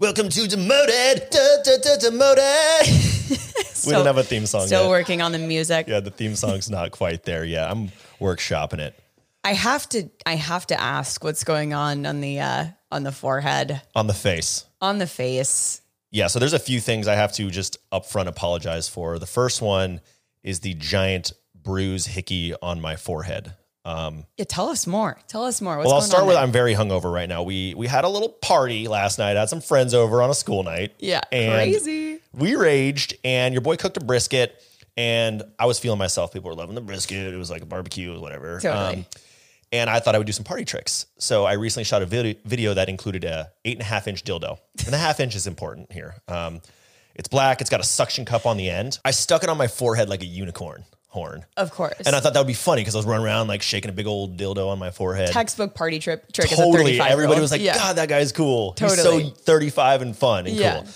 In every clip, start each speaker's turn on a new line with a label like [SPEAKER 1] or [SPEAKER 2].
[SPEAKER 1] Welcome to Demoted. Da, da, da, demoted. we
[SPEAKER 2] Still-
[SPEAKER 1] don't have a theme song
[SPEAKER 2] Still
[SPEAKER 1] yet.
[SPEAKER 2] working on the music.
[SPEAKER 1] yeah, the theme song's not quite there yet. I'm workshopping it.
[SPEAKER 2] I have to. I have to ask what's going on on the uh, on the forehead,
[SPEAKER 1] On the face.
[SPEAKER 2] on the face.
[SPEAKER 1] Yeah, so there's a few things I have to just upfront apologize for. The first one is the giant bruise hickey on my forehead. Um,
[SPEAKER 2] Yeah, tell us more. Tell us more. What's
[SPEAKER 1] well, I'll
[SPEAKER 2] going
[SPEAKER 1] start
[SPEAKER 2] on
[SPEAKER 1] with
[SPEAKER 2] there?
[SPEAKER 1] I'm very hungover right now. We we had a little party last night. had some friends over on a school night.
[SPEAKER 2] Yeah,
[SPEAKER 1] and
[SPEAKER 2] crazy.
[SPEAKER 1] We raged, and your boy cooked a brisket, and I was feeling myself. People were loving the brisket. It was like a barbecue, whatever. Um,
[SPEAKER 2] Totally.
[SPEAKER 1] and I thought I would do some party tricks. So I recently shot a video, video that included a eight and a half inch dildo, and the half inch is important here. Um, it's black. It's got a suction cup on the end. I stuck it on my forehead like a unicorn horn.
[SPEAKER 2] Of course.
[SPEAKER 1] And I thought that would be funny because I was running around like shaking a big old dildo on my forehead
[SPEAKER 2] textbook party trip trick. As a
[SPEAKER 1] totally.
[SPEAKER 2] 35
[SPEAKER 1] Everybody was like, God, that guy's cool. He's
[SPEAKER 2] Totally.
[SPEAKER 1] so 35 and fun and
[SPEAKER 2] Yeah.
[SPEAKER 1] cool.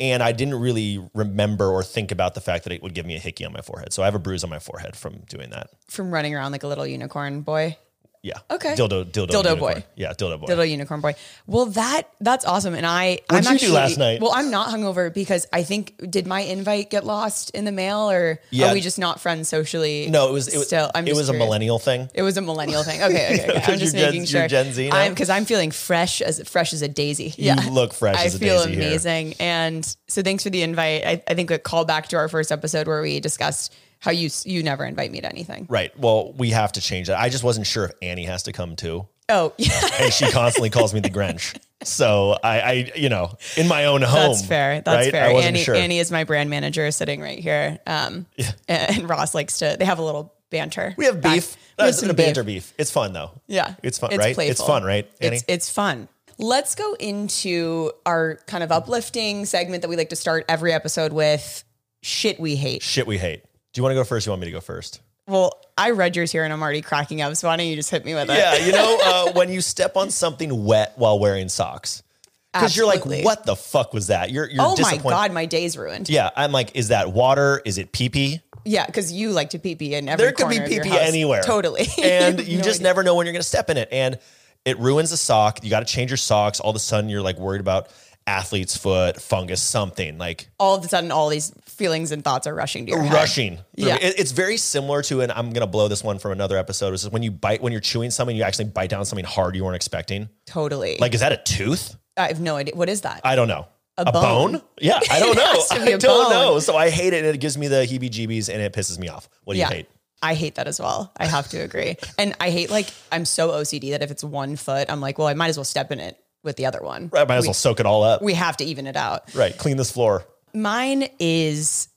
[SPEAKER 1] And I didn't really remember or think about the fact that it would give me a hickey on my forehead. So I have a bruise on my forehead from doing that.
[SPEAKER 2] from running around like a little unicorn boy,
[SPEAKER 1] Yeah.
[SPEAKER 2] Okay.
[SPEAKER 1] Dildo, dildo,
[SPEAKER 2] Dildo boy.
[SPEAKER 1] unicorn. Yeah, dildo boy.
[SPEAKER 2] little unicorn boy. Well, that that's awesome. And I, I'm
[SPEAKER 1] did you do
[SPEAKER 2] actually,
[SPEAKER 1] last night?
[SPEAKER 2] Well, I'm not hungover because I think did my invite get lost in the mail, or
[SPEAKER 1] Yeah.
[SPEAKER 2] are we just not friends socially?
[SPEAKER 1] No, it was it was,
[SPEAKER 2] still. I'm
[SPEAKER 1] it
[SPEAKER 2] just
[SPEAKER 1] was a
[SPEAKER 2] curious.
[SPEAKER 1] millennial thing.
[SPEAKER 2] It was a millennial thing. Okay, okay. okay. I'm just
[SPEAKER 1] You're Gen-
[SPEAKER 2] making sure.
[SPEAKER 1] you're Gen Z now?
[SPEAKER 2] I'm because I'm feeling fresh as fresh as a daisy. Yeah.
[SPEAKER 1] look fresh
[SPEAKER 2] I
[SPEAKER 1] as a
[SPEAKER 2] feel
[SPEAKER 1] daisy here.
[SPEAKER 2] amazing. And so thanks for the invite. I, I think a call back to our first episode where we discussed how you s- you never invite me to anything.
[SPEAKER 1] Right. Well, we have to change that. I just wasn't sure if Annie has to come too.
[SPEAKER 2] Oh, yeah.
[SPEAKER 1] And she constantly calls me the Grinch. So I, I, you know, in my own home.
[SPEAKER 2] That's fair. That's
[SPEAKER 1] right?
[SPEAKER 2] fair.
[SPEAKER 1] I wasn't
[SPEAKER 2] Annie,
[SPEAKER 1] sure.
[SPEAKER 2] Annie is my brand manager sitting right here. Um, and Ross likes to, they have a little banter.
[SPEAKER 1] We have
[SPEAKER 2] back-
[SPEAKER 1] beef.
[SPEAKER 2] we have
[SPEAKER 1] That's
[SPEAKER 2] some
[SPEAKER 1] a banter beef. It's fun though.
[SPEAKER 2] Yeah.
[SPEAKER 1] It's fun, right? It's
[SPEAKER 2] playful.
[SPEAKER 1] fun, right, Annie?
[SPEAKER 2] It's, it's fun. Let's go into our kind of uplifting segment that we like to start every episode with shit we hate.
[SPEAKER 1] Shit we hate. Do you want to go first? Or you want me to go first?
[SPEAKER 2] Well, I read yours here and I'm already cracking up. So why don't you just hit me with it?
[SPEAKER 1] Yeah, you know, uh, when you step on something wet while wearing socks, because you're like,
[SPEAKER 2] Absolutely.
[SPEAKER 1] "What the fuck was that?" You're, you're
[SPEAKER 2] Oh my
[SPEAKER 1] disappointed.
[SPEAKER 2] God, my day's ruined.
[SPEAKER 1] Yeah, I'm like, "Is that water? Is it pee pee?"
[SPEAKER 2] Yeah, because you like to pee pee in every
[SPEAKER 1] There could be
[SPEAKER 2] corner of
[SPEAKER 1] pee
[SPEAKER 2] your
[SPEAKER 1] pee
[SPEAKER 2] house.
[SPEAKER 1] anywhere,
[SPEAKER 2] Totally.
[SPEAKER 1] and you
[SPEAKER 2] No
[SPEAKER 1] just
[SPEAKER 2] idea.
[SPEAKER 1] never know when you're going to step in it, and it ruins the sock. You got to change your socks. All of a sudden, you're like worried about athlete's foot, fungus, something like
[SPEAKER 2] all of a sudden all these feelings and thoughts are rushing to your head.
[SPEAKER 1] rushing. through.
[SPEAKER 2] Yeah.
[SPEAKER 1] It- it's very similar to, and I'm gonna blow this one from another episode. Which is when you bite when you're chewing something, you actually bite down something hard you weren't expecting.
[SPEAKER 2] Totally.
[SPEAKER 1] Like, is that a tooth?
[SPEAKER 2] I have no idea. What is that?
[SPEAKER 1] I don't know. A,
[SPEAKER 2] bone?
[SPEAKER 1] Yeah, I don't know.
[SPEAKER 2] has to
[SPEAKER 1] I
[SPEAKER 2] be a
[SPEAKER 1] don't
[SPEAKER 2] bone.
[SPEAKER 1] know. So I hate it, and it gives me the heebie-jeebies, and it pisses me off. What do you hate?
[SPEAKER 2] I hate that as well. I have to agree. and I hate like I'm so OCD that if it's one foot, I'm like, well, I might as well step in it with the other one.
[SPEAKER 1] I might as well soak it all up.
[SPEAKER 2] We have to even it out.
[SPEAKER 1] right, clean this floor.
[SPEAKER 2] Mine is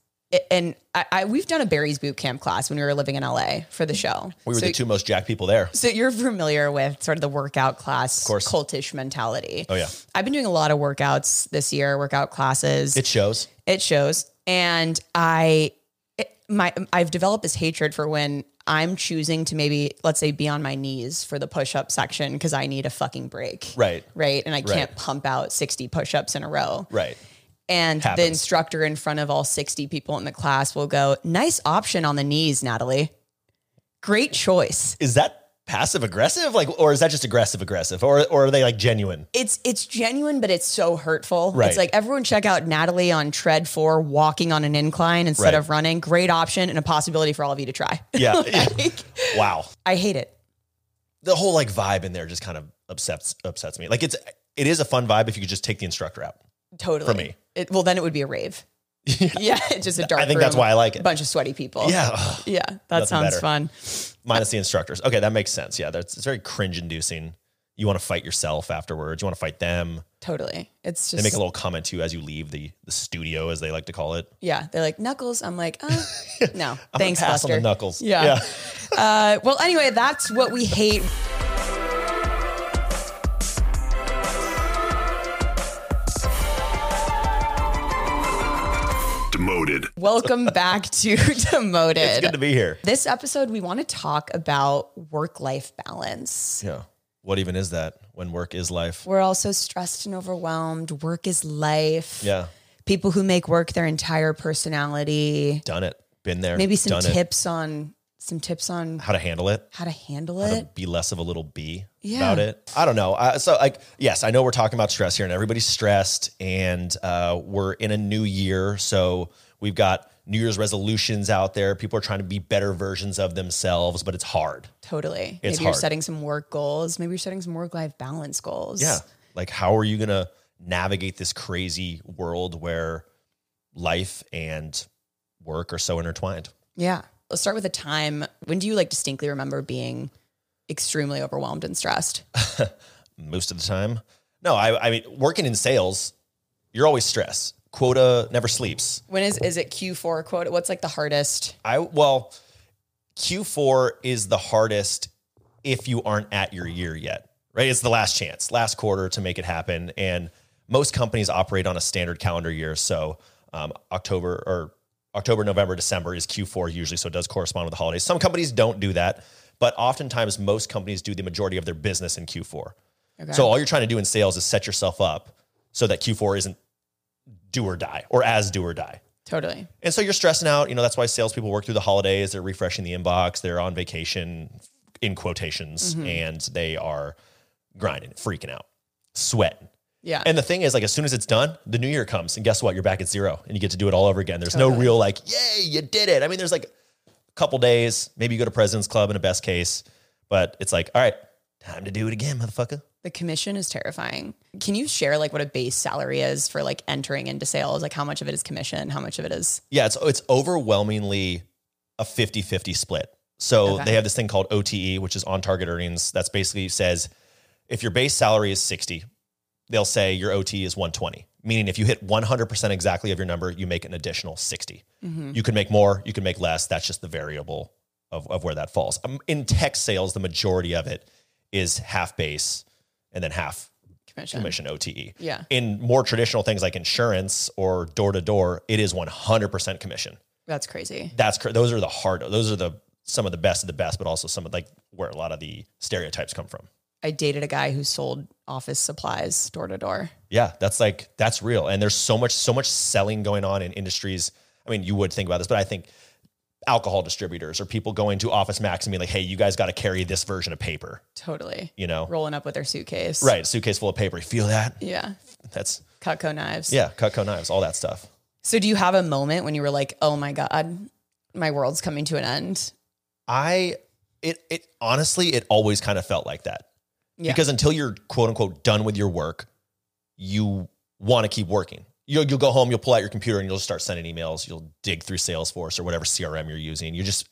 [SPEAKER 2] and I, I we've done a Barry's boot camp class when we were living in LA for the show.
[SPEAKER 1] We were
[SPEAKER 2] so,
[SPEAKER 1] the two most jacked people there.
[SPEAKER 2] so you're familiar with sort of the workout class
[SPEAKER 1] course.
[SPEAKER 2] cultish mentality.
[SPEAKER 1] Oh yeah,
[SPEAKER 2] I've been doing a lot of workouts this year, workout classes.
[SPEAKER 1] it shows.
[SPEAKER 2] it shows and i it, my i've developed this hatred for when i'm choosing to maybe let's say be on my knees for the push-up section because i need a fucking break
[SPEAKER 1] Right,
[SPEAKER 2] right and i can't
[SPEAKER 1] Right.
[SPEAKER 2] pump out 60 push-ups in a row
[SPEAKER 1] right.
[SPEAKER 2] and the
[SPEAKER 1] Happens.
[SPEAKER 2] instructor in front of all 60 people in the class will go nice option on the knees natalie great choice
[SPEAKER 1] Is that passive aggressive, like, or is that just aggressive aggressive, or or are they like genuine?
[SPEAKER 2] it's it's genuine, but it's so hurtful.
[SPEAKER 1] Right.
[SPEAKER 2] It's like everyone check out Natalie on tread four, walking on an incline instead
[SPEAKER 1] Right.
[SPEAKER 2] of running. Great option and a possibility for all of you to try.
[SPEAKER 1] Yeah.
[SPEAKER 2] Like,
[SPEAKER 1] wow.
[SPEAKER 2] I hate it.
[SPEAKER 1] the whole like vibe in there just kind of upsets upsets me. Like it's it is a fun vibe if you could just take the instructor out.
[SPEAKER 2] Totally.
[SPEAKER 1] For me.
[SPEAKER 2] It, well, then it would be a rave. Yeah. it's just a dark.
[SPEAKER 1] I think that's
[SPEAKER 2] room,
[SPEAKER 1] why I like it.
[SPEAKER 2] Bunch of sweaty people.
[SPEAKER 1] Yeah, ugh,
[SPEAKER 2] Yeah. That
[SPEAKER 1] Nothing
[SPEAKER 2] sounds
[SPEAKER 1] better.
[SPEAKER 2] fun.
[SPEAKER 1] minus the instructors. Okay, that makes sense. Yeah, that's it's very cringe inducing. You want to fight yourself afterwards. You want to fight them.
[SPEAKER 2] Totally. It's
[SPEAKER 1] They
[SPEAKER 2] just
[SPEAKER 1] make a little comment to you as you leave the the studio, as they like to call it.
[SPEAKER 2] yeah. They're like knuckles. I'm like, uh, no.
[SPEAKER 1] I'm gonna
[SPEAKER 2] Thanks,
[SPEAKER 1] pass
[SPEAKER 2] Buster.
[SPEAKER 1] on the knuckles.
[SPEAKER 2] Yeah. Uh, well, anyway, that's what we hate.
[SPEAKER 3] Demoted.
[SPEAKER 2] Welcome back to Demoted.
[SPEAKER 1] it's good to be here.
[SPEAKER 2] This episode, we want to talk about work life balance.
[SPEAKER 1] Yeah. What even is that when work is life?
[SPEAKER 2] We're all so stressed and overwhelmed. Work is life.
[SPEAKER 1] Yeah,
[SPEAKER 2] People who make work their entire personality.
[SPEAKER 1] done it. Been there.
[SPEAKER 2] Maybe some
[SPEAKER 1] done it.
[SPEAKER 2] tips on some tips on
[SPEAKER 1] how to handle it,
[SPEAKER 2] how to handle
[SPEAKER 1] how
[SPEAKER 2] it.
[SPEAKER 1] to be less of a little bee
[SPEAKER 2] Yeah.
[SPEAKER 1] about it. I don't know. I, so like, yes, I know we're talking about stress here, and everybody's stressed, and uh, we're in a new year, so we've got New Year's resolutions out there. People are trying to be better versions of themselves, but it's hard.
[SPEAKER 2] Totally.
[SPEAKER 1] It's
[SPEAKER 2] maybe you're
[SPEAKER 1] hard.
[SPEAKER 2] setting some work goals. Maybe you're setting some work life balance goals.
[SPEAKER 1] Yeah. Like, how are you going to navigate this crazy world where life and work are so intertwined?
[SPEAKER 2] Yeah. Let's start with a time. When do you like distinctly remember being extremely overwhelmed and stressed?
[SPEAKER 1] Most of the time. No, I, I mean, working in sales, you're always stressed. Quota never sleeps.
[SPEAKER 2] When is is it Q4 quote? What's like the hardest?
[SPEAKER 1] I, well, Q4 is the hardest if you aren't at your year yet, right? It's the last chance, last quarter to make it happen. And most companies operate on a standard calendar year. So um, October or October, November, December is Q4 usually. So it does correspond with the holidays. Some companies don't do that, but oftentimes most companies do the majority of their business in Q4.
[SPEAKER 2] Okay.
[SPEAKER 1] So all you're trying to do in sales is set yourself up so that Q4 isn't do or die or as do or die.
[SPEAKER 2] totally.
[SPEAKER 1] And so you're stressing out. You know, that's why salespeople work through the holidays. They're refreshing the inbox. They're on vacation, in quotations, and they are grinding, freaking out, sweating.
[SPEAKER 2] Yeah.
[SPEAKER 1] And the thing is, like, as soon as it's done, the new year comes, and guess what? You're back at zero, and you get to do it all over again. There's no
[SPEAKER 2] Totally.
[SPEAKER 1] real like, yay, you did it. I mean, there's like a couple days, maybe you go to President's Club in a best case, but it's like, all right, time to do it again, motherfucker.
[SPEAKER 2] the commission is terrifying. Can you share like what a base salary is for like entering into sales? Like how much of it is commission? How much of it is
[SPEAKER 1] Yeah, it's it's overwhelmingly a 50-50 split. So
[SPEAKER 2] Okay.
[SPEAKER 1] they have this thing called OTE, which is on target earnings. That's basically says if your base salary is 60, they'll say your OTE is 120. Meaning if you hit 100% exactly of your number, you make an additional 60. You can make more, you can make less. That's just the variable of, of where that falls. Um, in tech sales, the majority of it is half base and then half
[SPEAKER 2] commission?
[SPEAKER 1] commission E. OTE.
[SPEAKER 2] Yeah.
[SPEAKER 1] In more traditional things like insurance or door to door, it is 100% commission
[SPEAKER 2] That's crazy.
[SPEAKER 1] that's cor- those are the hard those are the some of the best of the best but also some of like where a lot of the stereotypes come from
[SPEAKER 2] I dated a guy who sold office supplies door to door.
[SPEAKER 1] yeah that's like that's real and there's so much so much selling going on in industries i mean you would think about this but i think alcohol distributors or people going to office max and being like hey you guys got to carry this version of paper
[SPEAKER 2] Totally.
[SPEAKER 1] you know
[SPEAKER 2] Rolling up with their suitcase.
[SPEAKER 1] right suitcase full of paper you feel that
[SPEAKER 2] Yeah.
[SPEAKER 1] that's
[SPEAKER 2] Cutco knives.
[SPEAKER 1] yeah cutco knives all that stuff
[SPEAKER 2] So do you have a moment when you were like, oh my God, my world's coming to an end?
[SPEAKER 1] i it it honestly it always kind of felt like that
[SPEAKER 2] Yeah.
[SPEAKER 1] Because until you're quote unquote done with your work, you want to keep working. You'll, you'll go home, you'll pull out your computer, and you'll just start sending emails. You'll dig through Salesforce or whatever CRM you're using. You just,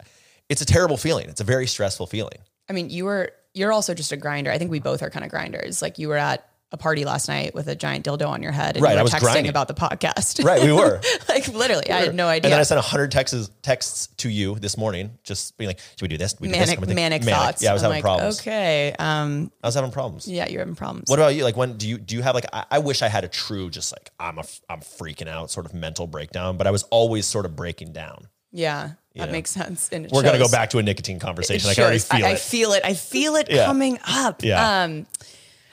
[SPEAKER 1] it's a terrible feeling. It's a very stressful feeling.
[SPEAKER 2] I mean, you were you're also just a grinder. I think we both are kind of grinders. Like you were at a party last night with a giant dildo on your head and
[SPEAKER 1] Right,
[SPEAKER 2] you were
[SPEAKER 1] I was
[SPEAKER 2] texting
[SPEAKER 1] grinding.
[SPEAKER 2] about the podcast.
[SPEAKER 1] Right, we were.
[SPEAKER 2] like literally, I had no idea.
[SPEAKER 1] And then I sent 100 texts, texts to you this morning, just being like, should we do this? We do this?
[SPEAKER 2] manic,
[SPEAKER 1] I'm like,
[SPEAKER 2] manic thoughts.
[SPEAKER 1] Yeah, I was
[SPEAKER 2] I'm
[SPEAKER 1] having
[SPEAKER 2] like,
[SPEAKER 1] problems.
[SPEAKER 2] Okay. Um,
[SPEAKER 1] I was having problems.
[SPEAKER 2] yeah, you're having problems.
[SPEAKER 1] What about you? Like, when do you do you have like? I, I wish I had a true, just like I'm a f- I'm freaking out sort of mental breakdown, but I was always sort of breaking down.
[SPEAKER 2] yeah, that
[SPEAKER 1] know.
[SPEAKER 2] makes sense. And it
[SPEAKER 1] We're gonna go
[SPEAKER 2] shows.
[SPEAKER 1] back to a nicotine conversation.
[SPEAKER 2] It
[SPEAKER 1] I can already
[SPEAKER 2] shows.
[SPEAKER 1] feel
[SPEAKER 2] I,
[SPEAKER 1] it.
[SPEAKER 2] I feel it. I feel it
[SPEAKER 1] Yeah.
[SPEAKER 2] coming up.
[SPEAKER 1] Yeah.
[SPEAKER 2] Um,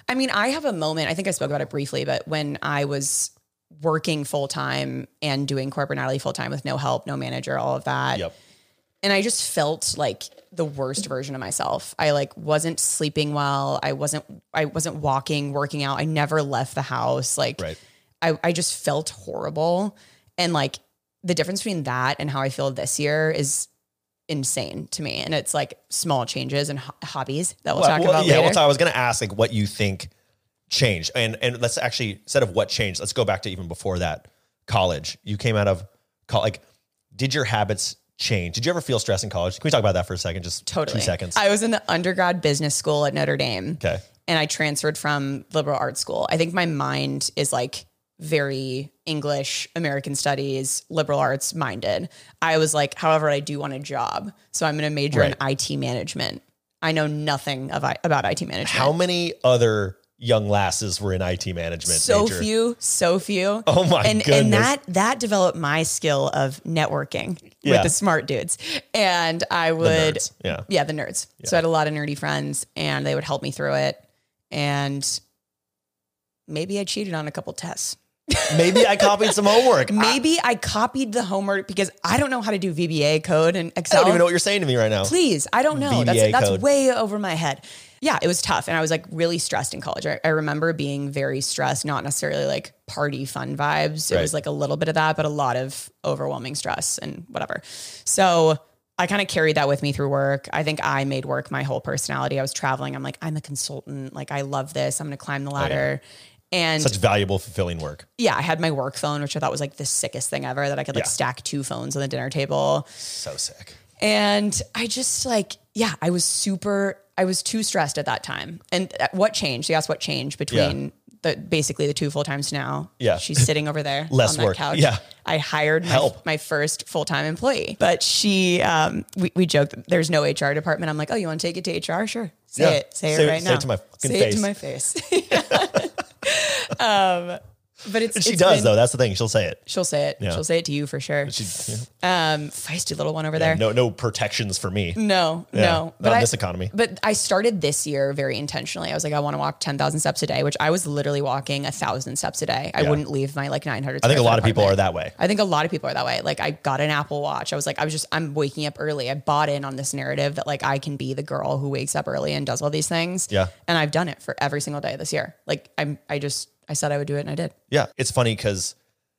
[SPEAKER 2] I mean, I have a moment. I think I spoke about it briefly, but when I was working full time and doing corporate Natalie full time with no help, no manager, all of that,
[SPEAKER 1] Yep.
[SPEAKER 2] and I just felt like the worst version of myself. I like wasn't sleeping well. I wasn't. I wasn't walking, working out. I never left the house. Like,
[SPEAKER 1] Right.
[SPEAKER 2] I, I just felt horrible. And like the difference between that and how I feel this year is insane to me. And it's like small changes and ho- hobbies that we'll, talk about
[SPEAKER 1] yeah,
[SPEAKER 2] later.
[SPEAKER 1] well, I was going to ask like what you think changed, and and let's actually instead of what changed, let's go back to even before that college. You came out of college. Like, did your habits change? Did you ever feel stress in college? Can we talk about that for a second? Just
[SPEAKER 2] totally.
[SPEAKER 1] two seconds.
[SPEAKER 2] I was in the undergrad business school at Notre Dame.
[SPEAKER 1] okay.
[SPEAKER 2] and I transferred from liberal arts school. I think my mind is like very English, American studies, liberal arts minded. I was like, however, I do want a job. So I'm going to major in IT management. I know nothing of, I- about IT management.
[SPEAKER 1] How many other young lasses were in IT management?
[SPEAKER 2] so
[SPEAKER 1] major?
[SPEAKER 2] few, so few.
[SPEAKER 1] Oh my
[SPEAKER 2] and,
[SPEAKER 1] goodness.
[SPEAKER 2] And that, that developed my skill of networking
[SPEAKER 1] Yeah.
[SPEAKER 2] with the smart dudes. And I would,
[SPEAKER 1] nerds, yeah.
[SPEAKER 2] yeah, the nerds. So I had a lot of nerdy friends and they would help me through it. And maybe I cheated on a couple tests.
[SPEAKER 1] Maybe I copied some homework. I
[SPEAKER 2] Maybe I copied the homework because I don't know how to do VBA code and Excel.
[SPEAKER 1] don't even know what you're saying to me right now.
[SPEAKER 2] Please, I don't know. That's,
[SPEAKER 1] VBA
[SPEAKER 2] that's
[SPEAKER 1] code.
[SPEAKER 2] way over my head. Yeah, it was tough. And I was like really stressed in college. I, I remember being very stressed, not necessarily like party fun vibes. It
[SPEAKER 1] Right.
[SPEAKER 2] was like a little bit of that, but a lot of overwhelming stress and whatever. So I kind of carried that with me through work. I think I made work my whole personality. I was traveling. I'm like, I'm a consultant. Like, I love this. I'm going to climb the ladder. And
[SPEAKER 1] Such valuable, fulfilling work.
[SPEAKER 2] yeah, I had my work phone, which I thought was like the sickest thing ever that I could like
[SPEAKER 1] Yeah.
[SPEAKER 2] stack two phones on the dinner table.
[SPEAKER 1] So sick.
[SPEAKER 2] And I just like, yeah, I was super, I was too stressed at that time. And uh, what changed? You asked what changed between the basically the two full times now.
[SPEAKER 1] Yeah.
[SPEAKER 2] She's sitting over there
[SPEAKER 1] Less
[SPEAKER 2] on that
[SPEAKER 1] work.
[SPEAKER 2] couch.
[SPEAKER 1] Yeah.
[SPEAKER 2] I hired my,
[SPEAKER 1] Help.
[SPEAKER 2] my first full time employee, but she, um, we, we joked, that there's no HR department. I'm like, oh, you want to take it to HR? Sure. Say
[SPEAKER 1] Yeah.
[SPEAKER 2] it. Say,
[SPEAKER 1] Say
[SPEAKER 2] it
[SPEAKER 1] it-
[SPEAKER 2] right
[SPEAKER 1] say
[SPEAKER 2] now.
[SPEAKER 1] it to my fucking
[SPEAKER 2] say it to
[SPEAKER 1] face.
[SPEAKER 2] my face. um, but it's,
[SPEAKER 1] She
[SPEAKER 2] it's
[SPEAKER 1] does
[SPEAKER 2] been-
[SPEAKER 1] though. That's the thing. She'll say it.
[SPEAKER 2] She'll say it.
[SPEAKER 1] Yeah.
[SPEAKER 2] She'll say it to you for sure.
[SPEAKER 1] She, yeah.
[SPEAKER 2] Um, feisty little one over there.
[SPEAKER 1] No, no protections for me.
[SPEAKER 2] No,
[SPEAKER 1] Yeah.
[SPEAKER 2] no.
[SPEAKER 1] Not in
[SPEAKER 2] I,
[SPEAKER 1] this economy.
[SPEAKER 2] But I started this year very intentionally. I was like, I want to walk 10,000 steps a day, which I was literally walking a thousand steps a day. I
[SPEAKER 1] Yeah.
[SPEAKER 2] wouldn't leave my like 900.
[SPEAKER 1] I think a lot of people are that way.
[SPEAKER 2] I think a lot of people are that way. Like I got an Apple watch. I was like, I was just, I'm waking up early. I bought in on this narrative that like I can be the girl who wakes up early and does all these things.
[SPEAKER 1] Yeah.
[SPEAKER 2] And I've done it for every single day this year. Like I'm, I just, I said I would do it and I did.
[SPEAKER 1] Yeah. It's funny because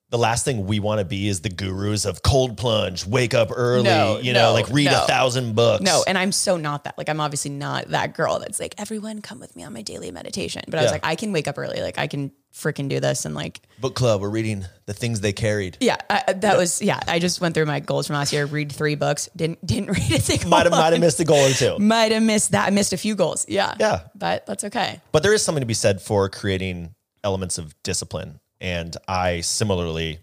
[SPEAKER 1] the last thing we want to be is the gurus of cold plunge, wake up early,
[SPEAKER 2] No,
[SPEAKER 1] you know,
[SPEAKER 2] no,
[SPEAKER 1] like read
[SPEAKER 2] no.
[SPEAKER 1] a thousand books.
[SPEAKER 2] No, and I'm so not that. Like, I'm obviously not that girl that's like, everyone come with me on my daily meditation. But I was
[SPEAKER 1] Yeah.
[SPEAKER 2] like, I can wake up early. Like, I can freaking do this. And like,
[SPEAKER 1] book club. We're reading the things they carried.
[SPEAKER 2] yeah, I, I- that was, yeah, I just went through my goals from last year, read three books, didn't, didn't read a single
[SPEAKER 1] Might have, might have missed
[SPEAKER 2] missed.
[SPEAKER 1] a goal or two.
[SPEAKER 2] Might have missed that. I missed a few goals. Yeah.
[SPEAKER 1] Yeah.
[SPEAKER 2] But that's okay.
[SPEAKER 1] But there is something to be said for creating elements of discipline. And I similarly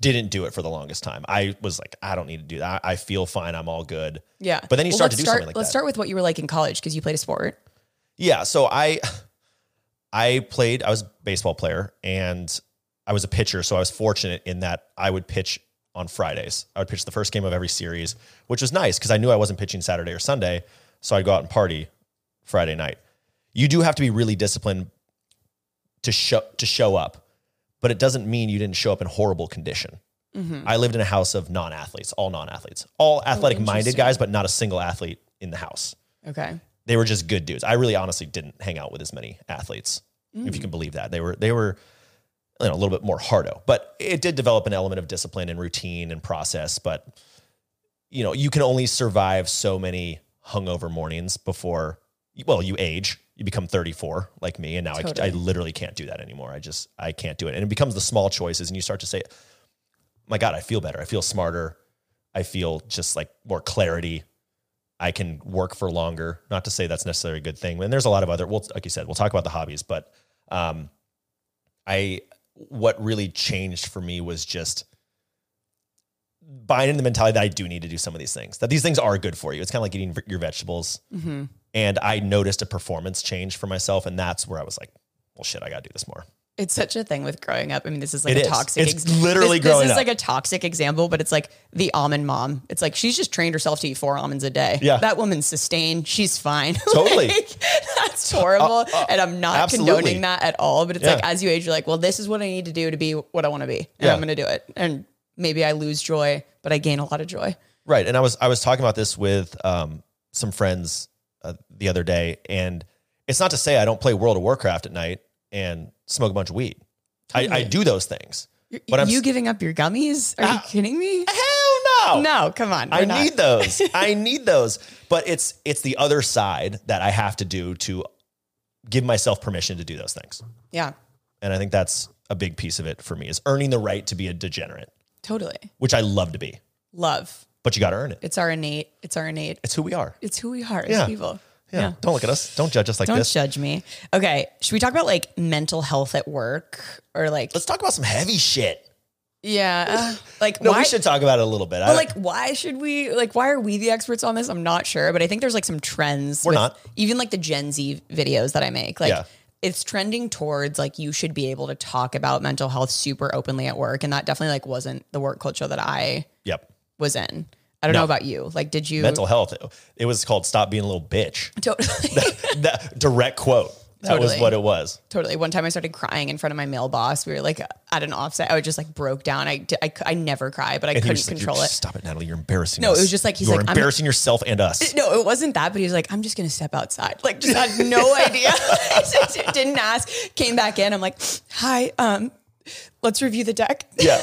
[SPEAKER 1] didn't do it for the longest time. I was like, I don't need to do that. I feel fine. I'm all good.
[SPEAKER 2] Yeah.
[SPEAKER 1] But then you
[SPEAKER 2] Well,
[SPEAKER 1] start
[SPEAKER 2] let's
[SPEAKER 1] to do something like
[SPEAKER 2] Let's
[SPEAKER 1] that.
[SPEAKER 2] start with what you were like in college because you played a sport.
[SPEAKER 1] Yeah. So I, I played. I was a baseball player, and I was a pitcher. So I was fortunate in that I would pitch on Fridays. I would pitch the first game of every series, which was nice because I knew I wasn't pitching Saturday or Sunday. So I'd go out and party Friday night. You do have to be really disciplined to show to show up, but it doesn't mean you didn't show up in horrible condition.
[SPEAKER 2] Mm-hmm,
[SPEAKER 1] I lived in a house of non-athletes, all non-athletes, all athletic-minded
[SPEAKER 2] interesting.
[SPEAKER 1] guys, but not a single athlete in the house
[SPEAKER 2] Okay.
[SPEAKER 1] they were just good dudes. I really honestly didn't hang out with as many athletes, if you can believe that. They were they were you know, a little bit more hardo, but it did develop an element of discipline and routine and process. But you know, you can only survive so many hungover mornings before well, you age. You become 34 like me, and now I, I
[SPEAKER 2] Totally.
[SPEAKER 1] literally can't do that anymore. I just I can't do it, and it becomes the small choices, and you start to say, "My God, I feel better. I feel smarter. I feel just like more clarity. I can work for longer. Not to say that's necessarily a good thing. And there's a lot of other, well, like you said, we'll talk about the hobbies, but um, I, what really changed for me was just buying into the mentality that I do need to do some of these things, that these things are good for you. It's kind of like eating v- your vegetables.
[SPEAKER 2] mm-hmm.
[SPEAKER 1] And I noticed a performance change for myself. And that's where I was like, well, shit, I got to do this more.
[SPEAKER 2] It's such a thing with growing up. I mean, this is like
[SPEAKER 1] It
[SPEAKER 2] a
[SPEAKER 1] is.
[SPEAKER 2] toxic.
[SPEAKER 1] It's literally
[SPEAKER 2] this,
[SPEAKER 1] growing
[SPEAKER 2] This is
[SPEAKER 1] up.
[SPEAKER 2] like a toxic example, but it's like the almond mom. It's like she's just trained herself to eat four almonds a day.
[SPEAKER 1] Yeah.
[SPEAKER 2] that woman's sustained. She's fine.
[SPEAKER 1] Totally. Uh,
[SPEAKER 2] Like, that's horrible, and I'm not
[SPEAKER 1] absolutely.
[SPEAKER 2] condoning that at all. But it's
[SPEAKER 1] Yeah.
[SPEAKER 2] like as you age, you're like, well, this is what I need to do to be what I want to be, and
[SPEAKER 1] Yeah.
[SPEAKER 2] I'm going to do it. And maybe I lose joy, but I gain a lot of joy.
[SPEAKER 1] Right. And I was I was talking about this with um, some friends uh, the other day, and it's not to say I don't play World of Warcraft at night and smoke a bunch of weed. I, I
[SPEAKER 2] Totally.
[SPEAKER 1] do those things.
[SPEAKER 2] But
[SPEAKER 1] But I'm
[SPEAKER 2] you
[SPEAKER 1] s-
[SPEAKER 2] giving up your gummies? Are you kidding me?
[SPEAKER 1] Uh, Hell no.
[SPEAKER 2] No, come on.
[SPEAKER 1] I
[SPEAKER 2] we're not.
[SPEAKER 1] need those. I need those. But it's it's the other side that I have to do to give myself permission to do those things.
[SPEAKER 2] Yeah,
[SPEAKER 1] And I think that's a big piece of it for me is earning the right to be a degenerate,
[SPEAKER 2] totally.
[SPEAKER 1] which I love to be.
[SPEAKER 2] Love.
[SPEAKER 1] But you got to earn it.
[SPEAKER 2] It's our innate. It's our innate
[SPEAKER 1] It's who we are.
[SPEAKER 2] it's who we are as
[SPEAKER 1] Yeah.
[SPEAKER 2] people.
[SPEAKER 1] Yeah. Don't look at us. Don't judge us like
[SPEAKER 2] Don't
[SPEAKER 1] this.
[SPEAKER 2] judge me. Okay. Should we talk about like mental health at work or like,
[SPEAKER 1] Let's talk about some heavy shit.
[SPEAKER 2] yeah, uh, like
[SPEAKER 1] No,
[SPEAKER 2] why?
[SPEAKER 1] we should talk about it a little bit. I,
[SPEAKER 2] but, like, why should we? Like, why are we the experts on this? I'm not sure, but I think there's like some trends.
[SPEAKER 1] We're
[SPEAKER 2] with-
[SPEAKER 1] not.
[SPEAKER 2] even like the Gen Z videos that I make. Like,
[SPEAKER 1] Yeah.
[SPEAKER 2] it's trending towards like you should be able to talk about mental health super openly at work, and that definitely like wasn't the work culture that I
[SPEAKER 1] yep.
[SPEAKER 2] was in. I don't know about you. Like, did you
[SPEAKER 1] Mental health. It was called "Stop Being a Little Bitch."
[SPEAKER 2] totally?
[SPEAKER 1] That direct quote. That was
[SPEAKER 2] Totally.
[SPEAKER 1] what it was.
[SPEAKER 2] Totally. One time I started crying in front of my male boss. We were like at an offsite. I was just like broke down. I, d- I, c- I never cry, but I
[SPEAKER 1] And he
[SPEAKER 2] couldn't
[SPEAKER 1] was just like,
[SPEAKER 2] control
[SPEAKER 1] "You're-
[SPEAKER 2] it.
[SPEAKER 1] Stop it, Natalie. You're embarrassing
[SPEAKER 2] No,
[SPEAKER 1] us.
[SPEAKER 2] it was just like- he's
[SPEAKER 1] You're
[SPEAKER 2] like, I'm-
[SPEAKER 1] embarrassing yourself and us.
[SPEAKER 2] No, it wasn't that, but he was like, I'm just going to step outside. Like, just had no idea. I just didn't ask. Came back in. I'm like, hi, um, let's review the deck.
[SPEAKER 1] yeah.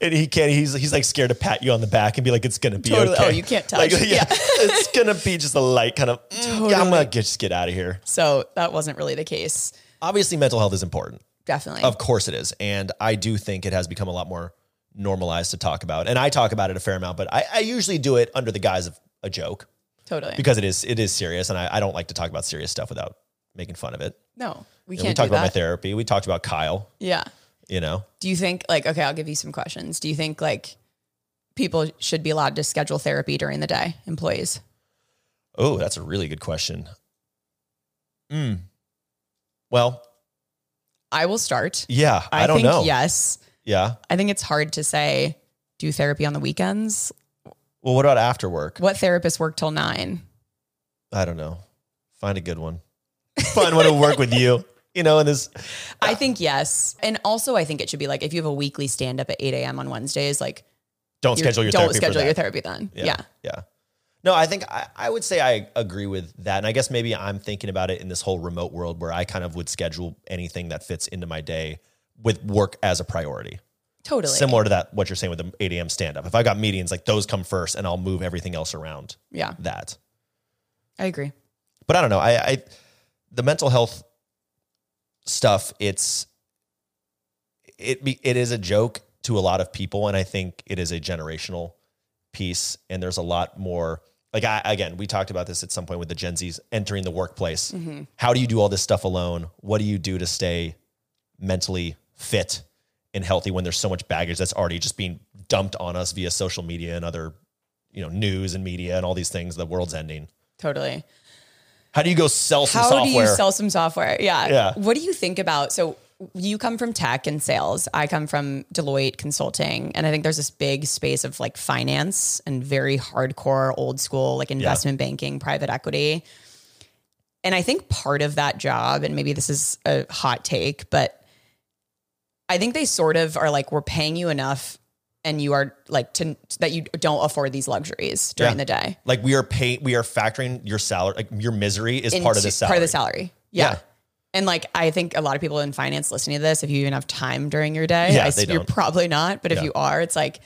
[SPEAKER 1] And he can't, he's, he's like scared to pat you on the back and be like, it's going to be
[SPEAKER 2] Totally.
[SPEAKER 1] okay.
[SPEAKER 2] Oh, you can't touch.
[SPEAKER 1] Like, yeah.
[SPEAKER 2] Yeah.
[SPEAKER 1] it's going to be just a light kind of, "Mm, I'm going to just get out of here.
[SPEAKER 2] So that wasn't really the case.
[SPEAKER 1] Obviously, mental health is important.
[SPEAKER 2] Definitely.
[SPEAKER 1] Of course it is. And I do think it has become a lot more normalized to talk about. And I talk about it a fair amount, but I, I usually do it under the guise of a joke
[SPEAKER 2] totally.
[SPEAKER 1] because it is it is serious. And I, I don't like to talk about serious stuff without making fun of it.
[SPEAKER 2] no, we
[SPEAKER 1] And we
[SPEAKER 2] can't
[SPEAKER 1] talked
[SPEAKER 2] do
[SPEAKER 1] about my
[SPEAKER 2] that.
[SPEAKER 1] therapy. We talked about Kyle,
[SPEAKER 2] yeah.
[SPEAKER 1] you know.
[SPEAKER 2] Do you think like, okay, I'll give you some questions. Do you think like people should be allowed to schedule therapy during the day? Employees.
[SPEAKER 1] Oh, that's a really good question. Hmm. Well,
[SPEAKER 2] I will start.
[SPEAKER 1] yeah, I, don't
[SPEAKER 2] think
[SPEAKER 1] know.
[SPEAKER 2] yes.
[SPEAKER 1] Yeah.
[SPEAKER 2] I think it's hard to say do therapy on the weekends.
[SPEAKER 1] Well, what about after work?
[SPEAKER 2] What therapists work till nine?
[SPEAKER 1] I don't know. Find a good one. Find one to work with you. You know, in this
[SPEAKER 2] I think yes. And also I think it should be like if you have a weekly stand up at 8 a.m. on Wednesdays, like
[SPEAKER 1] don't
[SPEAKER 2] you're-
[SPEAKER 1] schedule your
[SPEAKER 2] don't
[SPEAKER 1] therapy. for
[SPEAKER 2] schedule
[SPEAKER 1] that.
[SPEAKER 2] your therapy then. Yeah.
[SPEAKER 1] Yeah. No, I think I, I would say I agree with that. And I guess maybe I'm thinking about it in this whole remote world where I kind of would schedule anything that fits into my day with work as a priority.
[SPEAKER 2] Totally.
[SPEAKER 1] Similar to that, what you're saying with the 8 a.m. stand up. If I got meetings, like those come first and I'll move everything else around
[SPEAKER 2] Yeah.
[SPEAKER 1] that.
[SPEAKER 2] I agree.
[SPEAKER 1] But I don't know. I, I the mental health stuff, it's it be, it is a joke to a lot of people, and I think it is a generational piece. And there's a lot more. Like I, again, we talked about this at some point with the Gen Zs entering the workplace.
[SPEAKER 2] Mm. Mm-hmm.
[SPEAKER 1] How do you do all this stuff alone? What do you do to stay mentally fit and healthy when there's so much baggage that's already just being dumped on us via social media and other, you know, news and media and all these things? The world's ending.
[SPEAKER 2] Totally.
[SPEAKER 1] How do you go sell some
[SPEAKER 2] How
[SPEAKER 1] software?
[SPEAKER 2] do you sell some software? Yeah.
[SPEAKER 1] Yeah.
[SPEAKER 2] What do you think about? So you come from tech and sales. I come from Deloitte consulting. And I think there's this big space of like finance and very hardcore old school, like investment banking, private equity. And I think part of that job, and maybe this is a hot take, but I think they sort of are like, we're paying you enough and you are like to that you don't afford these luxuries during
[SPEAKER 1] Yeah.
[SPEAKER 2] the day.
[SPEAKER 1] like we are pay we are factoring your salary, like your misery is part of
[SPEAKER 2] into-
[SPEAKER 1] this salary.
[SPEAKER 2] Part of the salary. Yeah.
[SPEAKER 1] Yeah.
[SPEAKER 2] And like, I think a lot of people in finance listening to this, if you even have time during your day,
[SPEAKER 1] Yeah,
[SPEAKER 2] I-
[SPEAKER 1] they
[SPEAKER 2] you're
[SPEAKER 1] don't.
[SPEAKER 2] probably not. But if
[SPEAKER 1] Yeah.
[SPEAKER 2] you are, it's like,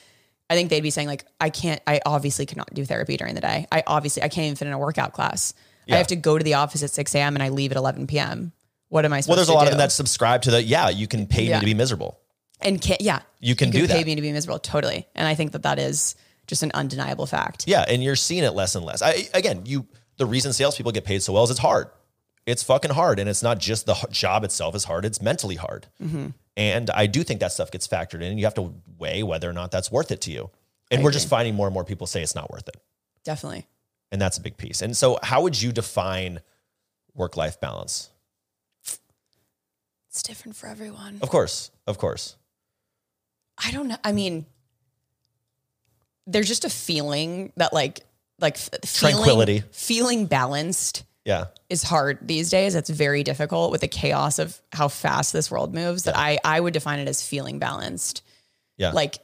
[SPEAKER 2] I think they'd be saying like, I can't, I obviously cannot do therapy during the day. I obviously, I can't even fit in a workout class.
[SPEAKER 1] Yeah.
[SPEAKER 2] I have to go to the office at 6 a.m. and I leave at 11 p.m. What am I supposed
[SPEAKER 1] Well, there's a
[SPEAKER 2] to
[SPEAKER 1] lot
[SPEAKER 2] do?
[SPEAKER 1] of them that subscribe to the yeah. You can pay me
[SPEAKER 2] Yeah.
[SPEAKER 1] to be miserable.
[SPEAKER 2] and can, yeah,
[SPEAKER 1] You can do
[SPEAKER 2] pay
[SPEAKER 1] that.
[SPEAKER 2] me to be miserable. Totally. And I think that that is just an undeniable fact.
[SPEAKER 1] Yeah, and you're seeing it less and less. I again, you the reason salespeople get paid so well is it's hard. It's fucking hard, and it's not just the h- job itself is hard; it's mentally hard.
[SPEAKER 2] Mm-hmm.
[SPEAKER 1] And I do think that stuff gets factored in. and You have to weigh whether or not that's worth it to you. And
[SPEAKER 2] I
[SPEAKER 1] we're
[SPEAKER 2] agree.
[SPEAKER 1] just finding more and more people say it's not worth it,
[SPEAKER 2] Definitely.
[SPEAKER 1] and that's a big piece. And so, how would you define work life balance?
[SPEAKER 2] It's different for everyone.
[SPEAKER 1] Of course, of course.
[SPEAKER 2] I don't know. I mean, there's just a feeling that like like f- feeling-
[SPEAKER 1] Tranquility.
[SPEAKER 2] feeling balanced
[SPEAKER 1] Yeah.
[SPEAKER 2] is hard these days. It's very difficult with the chaos of how fast this world moves. That I I would define it as feeling balanced.
[SPEAKER 1] Yeah.
[SPEAKER 2] Like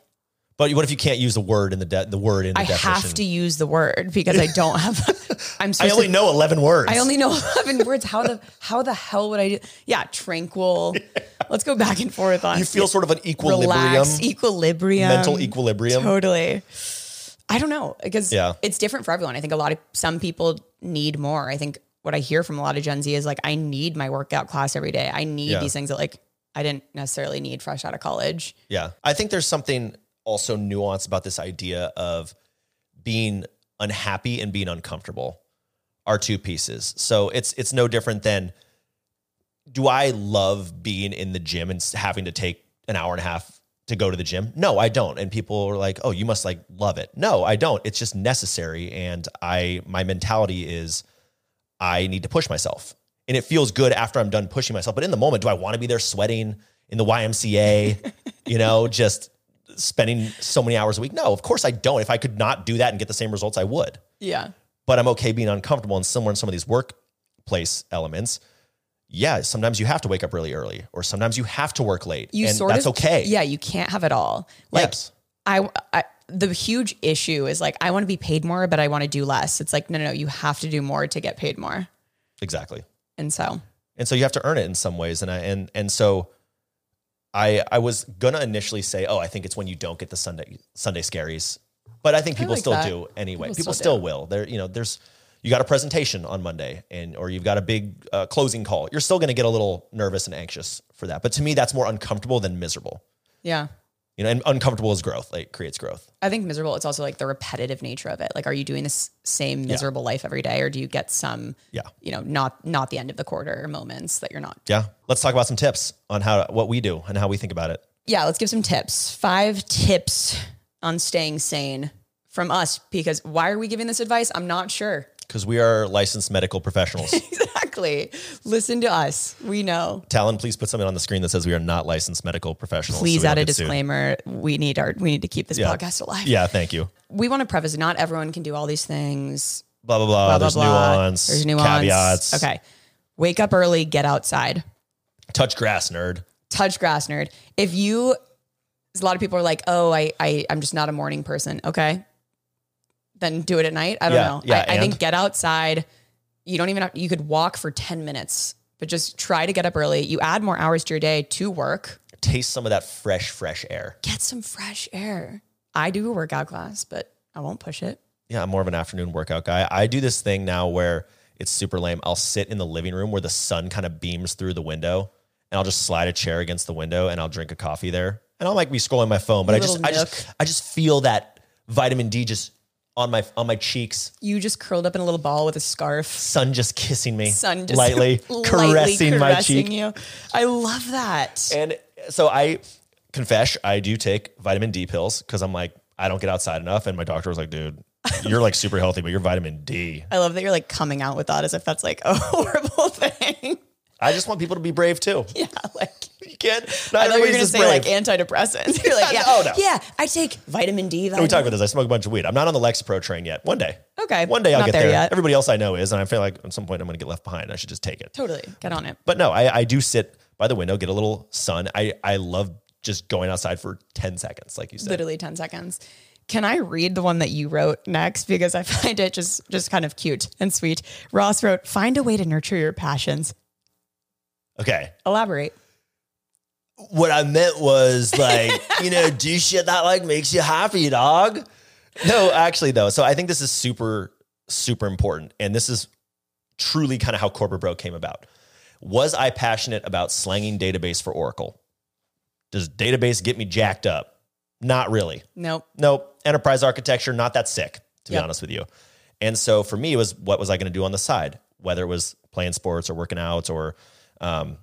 [SPEAKER 1] But what if you can't use the word in the de- the word in the
[SPEAKER 2] I
[SPEAKER 1] definition?
[SPEAKER 2] have to use the word because I don't have. I'm
[SPEAKER 1] I
[SPEAKER 2] supposed
[SPEAKER 1] only
[SPEAKER 2] to,
[SPEAKER 1] know eleven words.
[SPEAKER 2] I only know eleven words. How the how the hell would I do? Yeah, tranquil. Let's go back and forth on.
[SPEAKER 1] you feel sort of an equilibrium,
[SPEAKER 2] relax equilibrium,
[SPEAKER 1] mental equilibrium.
[SPEAKER 2] Totally. I don't know because
[SPEAKER 1] Yeah.
[SPEAKER 2] it's different for everyone. I think a lot of some people need more. I think what I hear from a lot of Gen Z is like, I need my workout class every day. I need
[SPEAKER 1] Yeah.
[SPEAKER 2] these things that like I didn't necessarily need fresh out of college.
[SPEAKER 1] Yeah. I think there's something also nuanced about this idea of being unhappy and being uncomfortable are two pieces. So it's it's no different than do I love being in the gym and s- having to take an hour and a half to go to the gym? No, I don't. And people are like, "Oh, you must like love it." No, I don't. It's just necessary and I my mentality is I need to push myself. And it feels good after I'm done pushing myself, but in the moment do I want to be there sweating in the YMCA, you know, just spending so many hours a week? No, of course I don't. If I could not do that and get the same results, I would
[SPEAKER 2] Yeah.
[SPEAKER 1] but I'm okay being uncomfortable and somewhere in some of these workplace elements. yeah, sometimes you have to wake up really early or sometimes you have to work late.
[SPEAKER 2] You
[SPEAKER 1] and
[SPEAKER 2] sort
[SPEAKER 1] that's
[SPEAKER 2] of
[SPEAKER 1] okay.
[SPEAKER 2] Yeah, you can't have it all. Like
[SPEAKER 1] Yes.
[SPEAKER 2] I, I the huge issue is like I want to be paid more, but I want to do less. It's like no, no, no. You have to do more to get paid more,
[SPEAKER 1] Exactly.
[SPEAKER 2] and so
[SPEAKER 1] and so you have to earn it in some ways and i and and so i i was gonna initially say oh i think it's when you don't get the sunday sunday scaries but i think
[SPEAKER 2] I
[SPEAKER 1] people
[SPEAKER 2] like
[SPEAKER 1] still
[SPEAKER 2] that.
[SPEAKER 1] do anyway
[SPEAKER 2] People
[SPEAKER 1] people,
[SPEAKER 2] still
[SPEAKER 1] still, will there you know there's you got a presentation on monday and or you've got a big uh, closing call you're still gonna get a little nervous and anxious for that but to me that's more uncomfortable than miserable
[SPEAKER 2] yeah.
[SPEAKER 1] you know and uncomfortable is growth like creates growth
[SPEAKER 2] I think miserable. It's also like the repetitive nature of it. Like, are you doing this same miserable life every day, or do you get some,
[SPEAKER 1] Yeah.
[SPEAKER 2] you know, not not the end of the quarter moments that you're not?
[SPEAKER 1] yeah let's talk about some tips on how what we do and how we think about it
[SPEAKER 2] Yeah, let's give some tips. Five tips on staying sane from us, because why are we giving this advice? I'm not sure.
[SPEAKER 1] because we are licensed medical professionals
[SPEAKER 2] Exactly. Listen to us. We know.
[SPEAKER 1] Talon, please put something on the screen that says we are not licensed medical professionals. so
[SPEAKER 2] Please
[SPEAKER 1] we don't
[SPEAKER 2] add a
[SPEAKER 1] get sued.
[SPEAKER 2] disclaimer. We need our we need to keep this
[SPEAKER 1] Yeah.
[SPEAKER 2] podcast alive.
[SPEAKER 1] Yeah, thank you.
[SPEAKER 2] We want to preface not everyone can do all these things.
[SPEAKER 1] Blah blah blah.
[SPEAKER 2] Blah
[SPEAKER 1] Oh, There's
[SPEAKER 2] blah blah.
[SPEAKER 1] nuance.
[SPEAKER 2] There's nuance.
[SPEAKER 1] Caveats.
[SPEAKER 2] Okay. Wake up early, get outside.
[SPEAKER 1] Touch grass, nerd.
[SPEAKER 2] touch grass nerd. If you, 'cause a lot of people are like, oh, I, I, I'm just not a morning person. Okay. Then do it at night. I don't
[SPEAKER 1] Yeah,
[SPEAKER 2] know.
[SPEAKER 1] yeah,
[SPEAKER 2] I, I think
[SPEAKER 1] and?
[SPEAKER 2] get outside. You don't even have, you could walk for 10 minutes, but just try to get up early. You add more hours to your day to work,
[SPEAKER 1] Taste some of that fresh, fresh air.
[SPEAKER 2] get some fresh air. I do a workout class, but I won't push it.
[SPEAKER 1] Yeah, I'm more of an afternoon workout guy. I do this thing now where it's super lame. I'll sit in the living room where the sun kind of beams through the window, and I'll just slide a chair against the window and I'll drink a coffee there. And I'll like be scrolling my phone, but I just,
[SPEAKER 2] Little
[SPEAKER 1] I just, I just feel that vitamin D just on my on my cheeks.
[SPEAKER 2] You just curled up in a little ball with a scarf.
[SPEAKER 1] Sun just kissing me,
[SPEAKER 2] Sun just
[SPEAKER 1] lightly, caressing my cheek.
[SPEAKER 2] you. I love that.
[SPEAKER 1] And so I confess, I do take vitamin D pills because I'm like, I don't get outside enough. And my doctor was like, dude, you're like super healthy, but you're vitamin D.
[SPEAKER 2] I love that you're like coming out with that as if that's like a horrible thing.
[SPEAKER 1] I just want people to be brave too.
[SPEAKER 2] Yeah, like
[SPEAKER 1] You can't.
[SPEAKER 2] I
[SPEAKER 1] Not
[SPEAKER 2] thought you were
[SPEAKER 1] everybody's
[SPEAKER 2] gonna
[SPEAKER 1] this
[SPEAKER 2] say
[SPEAKER 1] brave. oh,
[SPEAKER 2] like antidepressants. You're like, yeah,
[SPEAKER 1] No, no.
[SPEAKER 2] yeah, I take vitamin D. Vitamin.
[SPEAKER 1] we talked about this. I smoke a bunch of weed. I'm not on the Lexapro train yet. One day.
[SPEAKER 2] Okay.
[SPEAKER 1] One day I'll
[SPEAKER 2] Not
[SPEAKER 1] get
[SPEAKER 2] there
[SPEAKER 1] there.
[SPEAKER 2] yet.
[SPEAKER 1] Everybody else I know is, and I feel like at some point I'm going to get left behind. I should just take it.
[SPEAKER 2] totally get on it.
[SPEAKER 1] But no, I, I do sit by the window, get a little sun. I, I love just going outside for 10 seconds, like you said.
[SPEAKER 2] Literally ten seconds. Can I read the one that you wrote next because I find it just just kind of cute and sweet. Ross wrote, "Find a way to nurture your passions."
[SPEAKER 1] Okay.
[SPEAKER 2] Elaborate.
[SPEAKER 1] what I meant was like, you know, do shit that like makes you happy, dog. No, actually though. So I think this is super, super important. And this is truly kind of how corporate bro came about. Was I passionate about slanging database for Oracle? Does database get me jacked up? Not really.
[SPEAKER 2] Nope.
[SPEAKER 1] Nope. Enterprise architecture, not that sick, to
[SPEAKER 2] Yep.
[SPEAKER 1] be honest with you. And so for me, it was what was I going to do on the side, whether it was playing sports or working out or um,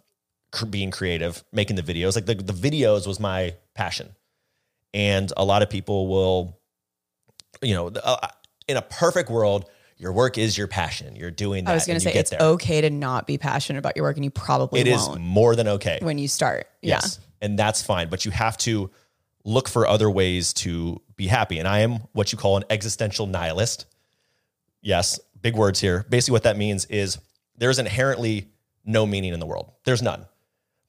[SPEAKER 1] cr- being creative, making the videos. Like the, the videos was my passion. And a lot of people will, you know, the- uh, in a perfect world, your work is your passion. You're doing that.
[SPEAKER 2] I was going
[SPEAKER 1] and
[SPEAKER 2] to
[SPEAKER 1] you
[SPEAKER 2] say
[SPEAKER 1] get
[SPEAKER 2] it's
[SPEAKER 1] there.
[SPEAKER 2] okay to not be passionate about your work, and you probably
[SPEAKER 1] It is
[SPEAKER 2] won't
[SPEAKER 1] more than okay.
[SPEAKER 2] when you start.
[SPEAKER 1] Yes. And that's fine. But you have to look for other ways to be happy. And I am what you call an existential nihilist. Yes, big words here. Basically, what that means is there's inherently no meaning in the world. There's none.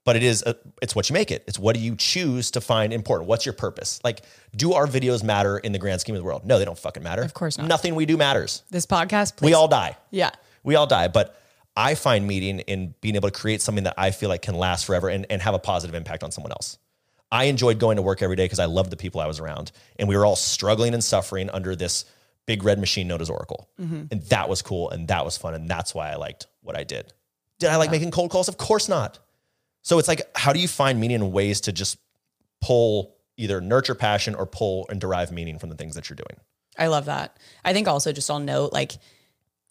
[SPEAKER 1] But it is, a, it's what you make it. It's what do you choose to find important? What's your purpose? Like, do our videos matter in the grand scheme of the world? No, they don't fucking matter. Of
[SPEAKER 2] course not.
[SPEAKER 1] Nothing we do matters.
[SPEAKER 2] This podcast, please.
[SPEAKER 1] We all die
[SPEAKER 2] yeah.
[SPEAKER 1] we all die, but I find meaning in being able to create something that I feel like can last forever and, and have a positive impact on someone else. I enjoyed going to work every day because I loved the people I was around. And we were all struggling and suffering under this big red machine known as Oracle. And that was cool and that was fun. And that's why I liked what I did. Did I like making cold calls? Of course not. So it's like, how do you find meaning in ways to just pull either nurture passion or pull and derive meaning from the things that you're doing?
[SPEAKER 2] I love that. I think also just I'll note like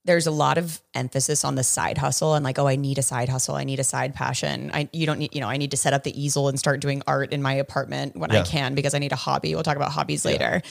[SPEAKER 2] there's a lot of emphasis on the side hustle and like, oh, I need a side hustle. I need a side passion. I you don't need, you know, I need to set up the easel and start doing art in my apartment when I
[SPEAKER 1] Yeah.
[SPEAKER 2] can because I need a hobby. We'll talk about hobbies later.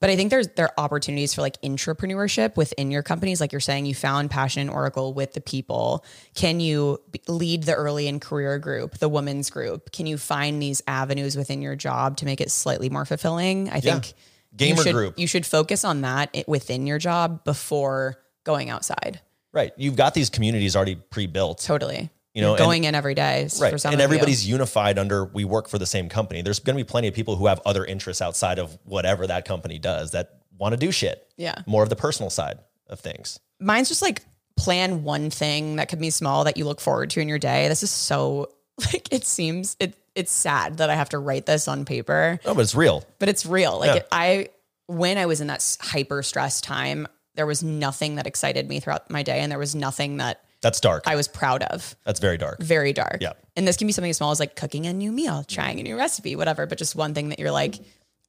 [SPEAKER 2] But I think there's there are opportunities for like entrepreneurship within your companies. Like you're saying, you found passion in Oracle with the people. Can you b- lead the early in career group, the women's group? Can you find these avenues within your job to make it slightly more fulfilling? I think
[SPEAKER 1] Gamer
[SPEAKER 2] you should,
[SPEAKER 1] group.
[SPEAKER 2] You should focus on that i- within your job before going outside.
[SPEAKER 1] Right. You've got these communities already pre built.
[SPEAKER 2] Totally.
[SPEAKER 1] You know, and-
[SPEAKER 2] going in every day s-
[SPEAKER 1] right.
[SPEAKER 2] for some
[SPEAKER 1] and
[SPEAKER 2] of you.
[SPEAKER 1] everybody's unified under we work for the same company. There's going to be plenty of people who have other interests outside of whatever that company does that want to do shit.
[SPEAKER 2] Yeah.
[SPEAKER 1] More of the personal side of things.
[SPEAKER 2] Mine's just like plan one thing that could be small that you look forward to in your day. This is so like it seems it it's sad that I have to write this on paper,
[SPEAKER 1] No, but it's real.
[SPEAKER 2] but it's real. Like
[SPEAKER 1] Yeah.
[SPEAKER 2] it, I when I was in that s- hyper stress time, there was nothing that excited me throughout my day and there was nothing that
[SPEAKER 1] That's dark.
[SPEAKER 2] I was proud of.
[SPEAKER 1] That's very dark.
[SPEAKER 2] Very dark.
[SPEAKER 1] Yeah.
[SPEAKER 2] And this can be something as small as like cooking a new meal, trying a new recipe, whatever, but just one thing that you're like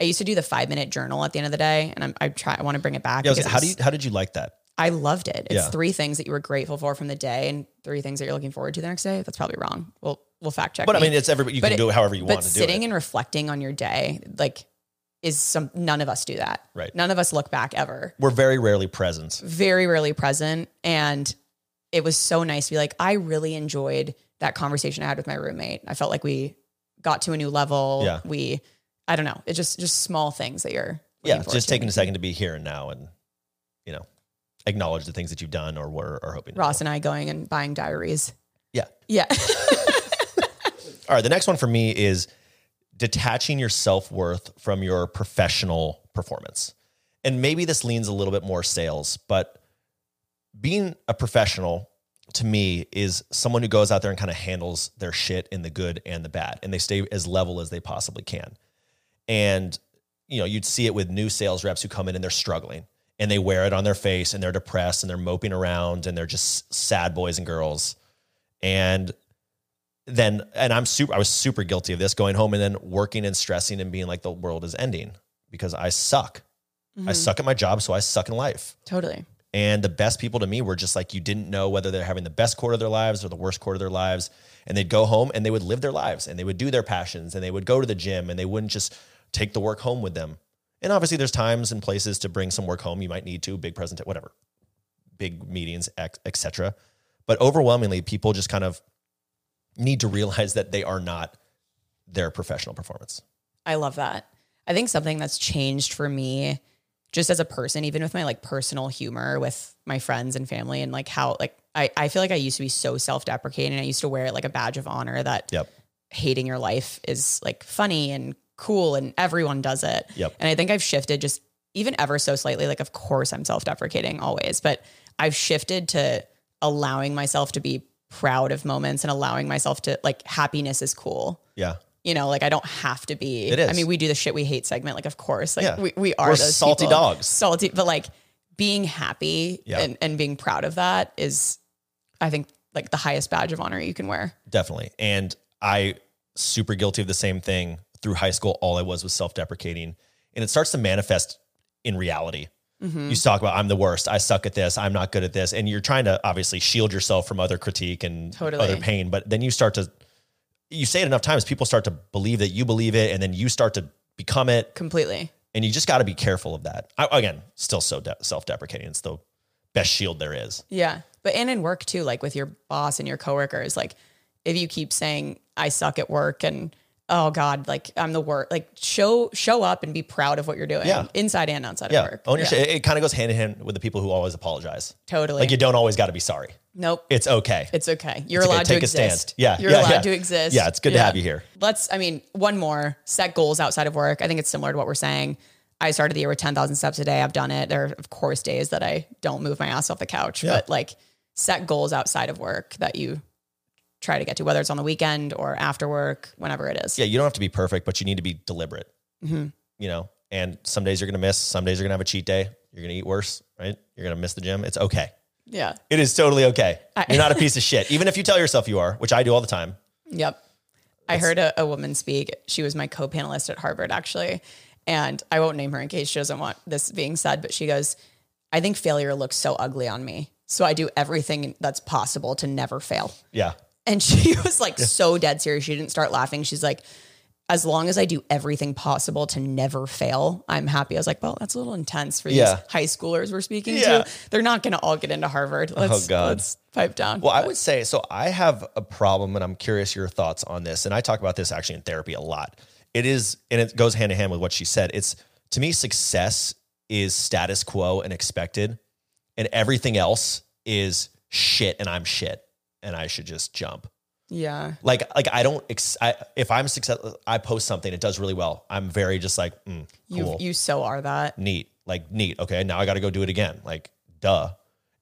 [SPEAKER 2] I used to do the five minute journal at the end of the day, and I'm, I try. I want to bring it back.
[SPEAKER 1] Yeah, I was
[SPEAKER 2] because
[SPEAKER 1] like, how
[SPEAKER 2] it's-
[SPEAKER 1] do you, how did you like that?
[SPEAKER 2] I loved it. It's
[SPEAKER 1] Yeah.
[SPEAKER 2] three things that you were grateful for from the day and three things that you're looking forward to the next day. That's probably wrong. We'll we'll fact check.
[SPEAKER 1] But I
[SPEAKER 2] me.
[SPEAKER 1] mean, it's everybody. You
[SPEAKER 2] But
[SPEAKER 1] can
[SPEAKER 2] it-
[SPEAKER 1] do it however you
[SPEAKER 2] but
[SPEAKER 1] want to do
[SPEAKER 2] sitting
[SPEAKER 1] it.
[SPEAKER 2] and reflecting on your day, like, is some none of us do that.
[SPEAKER 1] Right.
[SPEAKER 2] None of us look back ever.
[SPEAKER 1] We're very rarely present.
[SPEAKER 2] Very rarely present. And it was so nice to be like, I really enjoyed that conversation I had with my roommate. I felt like we got to a new level.
[SPEAKER 1] Yeah.
[SPEAKER 2] We I don't know. It's just just small things that you're
[SPEAKER 1] Yeah,
[SPEAKER 2] looking forward
[SPEAKER 1] just
[SPEAKER 2] to.
[SPEAKER 1] taking a second to be here and now, and you know, acknowledge the things that you've done or were or hoping. to
[SPEAKER 2] Ross
[SPEAKER 1] do.
[SPEAKER 2] and I going and buying diaries.
[SPEAKER 1] Yeah.
[SPEAKER 2] Yeah.
[SPEAKER 1] All right. The next one for me is detaching your self worth from your professional performance. And maybe this leans a little bit more sales, but being a professional to me is someone who goes out there and kind of handles their shit in the good and the bad, and they stay as level as they possibly can. And, you know, you'd see it with new sales reps who come in and they're struggling and they wear it on their face and they're depressed and they're moping around and they're just sad boys and girls. And then and I'm super I was super guilty of this going home and then working and stressing and being like the world is ending because I suck. I
[SPEAKER 2] Mhm.
[SPEAKER 1] suck at my job, so I suck in life.
[SPEAKER 2] Totally.
[SPEAKER 1] And the best people to me were just like you didn't know whether they're having the best quarter of their lives or the worst quarter of their lives. And they'd go home and they would live their lives and they would do their passions and they would go to the gym and they wouldn't just take the work home with them. And obviously there's times and places to bring some work home you might need to, big present whatever. Big meetings, etc. But overwhelmingly people just kind of need to realize that they are not their professional performance.
[SPEAKER 2] I love that. I think something that's changed for me just as a person, even with my like personal humor with my friends and family and like how like I, I feel like I used to be so self-deprecating. and I used to wear it like a badge of honor that
[SPEAKER 1] Yep.
[SPEAKER 2] hating your life is like funny and cool and everyone does it.
[SPEAKER 1] Yep.
[SPEAKER 2] And I think I've shifted just even ever so slightly. Like, of course, I'm self deprecating always, but I've shifted to allowing myself to be proud of moments and allowing myself to like happiness is cool.
[SPEAKER 1] Yeah.
[SPEAKER 2] You know, like I don't have to be.
[SPEAKER 1] It is.
[SPEAKER 2] I mean, we do the shit we hate segment. Like, of course, like
[SPEAKER 1] Yeah.
[SPEAKER 2] we, we are
[SPEAKER 1] We're
[SPEAKER 2] those
[SPEAKER 1] salty
[SPEAKER 2] people.
[SPEAKER 1] dogs.
[SPEAKER 2] salty, but like being happy
[SPEAKER 1] Yeah.
[SPEAKER 2] and, and being proud of that is, I think, like the highest badge of honor you can wear.
[SPEAKER 1] Definitely. And I super guilty of the same thing through high school. All I was was self-deprecating. And it starts to manifest in reality.
[SPEAKER 2] Mhm.
[SPEAKER 1] You talk about I'm the worst. I suck at this. I'm not good at this. And you're trying to obviously shield yourself from other critique and
[SPEAKER 2] Totally.
[SPEAKER 1] other pain. But then you start to you say it enough times, people start to believe that you believe it, and then you start to become it.
[SPEAKER 2] Completely.
[SPEAKER 1] and you just got to be careful of that. I, again, still so de- self-deprecating. It's the best shield there is.
[SPEAKER 2] Yeah. But and in work too, like with your boss and your coworkers, like if you keep saying I suck at work and oh God, like I'm the worst, like show show up and be proud of what you're doing.
[SPEAKER 1] Yeah.
[SPEAKER 2] Inside and outside
[SPEAKER 1] Yeah,
[SPEAKER 2] of work.
[SPEAKER 1] own your
[SPEAKER 2] Yeah,
[SPEAKER 1] shit. It, kind of goes hand in hand with the people who always apologize.
[SPEAKER 2] Totally.
[SPEAKER 1] Like you don't always got to be sorry.
[SPEAKER 2] nope.
[SPEAKER 1] It's okay.
[SPEAKER 2] It's okay. You're
[SPEAKER 1] okay.
[SPEAKER 2] allowed to
[SPEAKER 1] Take a stand.
[SPEAKER 2] exist.
[SPEAKER 1] Yeah,
[SPEAKER 2] You're
[SPEAKER 1] yeah,
[SPEAKER 2] allowed
[SPEAKER 1] yeah.
[SPEAKER 2] to exist.
[SPEAKER 1] Yeah, it's good to have you here.
[SPEAKER 2] Let's, I mean, one more set goals outside of work. I think it's similar to what we're saying. I started the year with 10,000 steps a day. I've done it. There are, of course, days that I don't move my ass off the couch,
[SPEAKER 1] Yeah.
[SPEAKER 2] but like set goals outside of work that you try to get to, whether it's on the weekend or after work, whenever it is.
[SPEAKER 1] yeah, you don't have to be perfect, but you need to be deliberate.
[SPEAKER 2] Mhm.
[SPEAKER 1] You know, and some days you're gonna miss. Some days you're gonna have a cheat day. You're gonna eat worse. Right? You're gonna miss the gym. It's okay.
[SPEAKER 2] Yeah.
[SPEAKER 1] It is totally okay.
[SPEAKER 2] I-
[SPEAKER 1] you're not a piece of shit, even if you tell yourself you are, which I do all the time.
[SPEAKER 2] Yep. I heard a, a woman speak. She was my co panelist at Harvard, actually. And I won't name her in case she doesn't want this being said, but she goes, I think failure looks so ugly on me. So I do everything that's possible to never fail.
[SPEAKER 1] Yeah,
[SPEAKER 2] And she was like so dead serious. She didn't start laughing. She's like, as long as I do everything possible to never fail, I'm happy. I was like, well, that's a little intense for these
[SPEAKER 1] Yeah.
[SPEAKER 2] high schoolers we're speaking
[SPEAKER 1] Yeah. Oh,
[SPEAKER 2] to. They're not going to all get into Harvard. Let's,
[SPEAKER 1] God.
[SPEAKER 2] let's pipe down.
[SPEAKER 1] Well, I would say so. I have a problem, and I'm curious your thoughts on this. And I talk about this actually in therapy a lot. It is, and it goes hand in hand with what she said. It's to me, success is status quo and expected, and everything else is shit, and I'm shit, and I should just jump.
[SPEAKER 2] Yeah.
[SPEAKER 1] Like like I don't ex- I, if I'm successful, I post something it does really well. I'm very just like mm, cool,
[SPEAKER 2] You you so are that.
[SPEAKER 1] neat, like neat. Okay, now I got to go do it again. Like duh.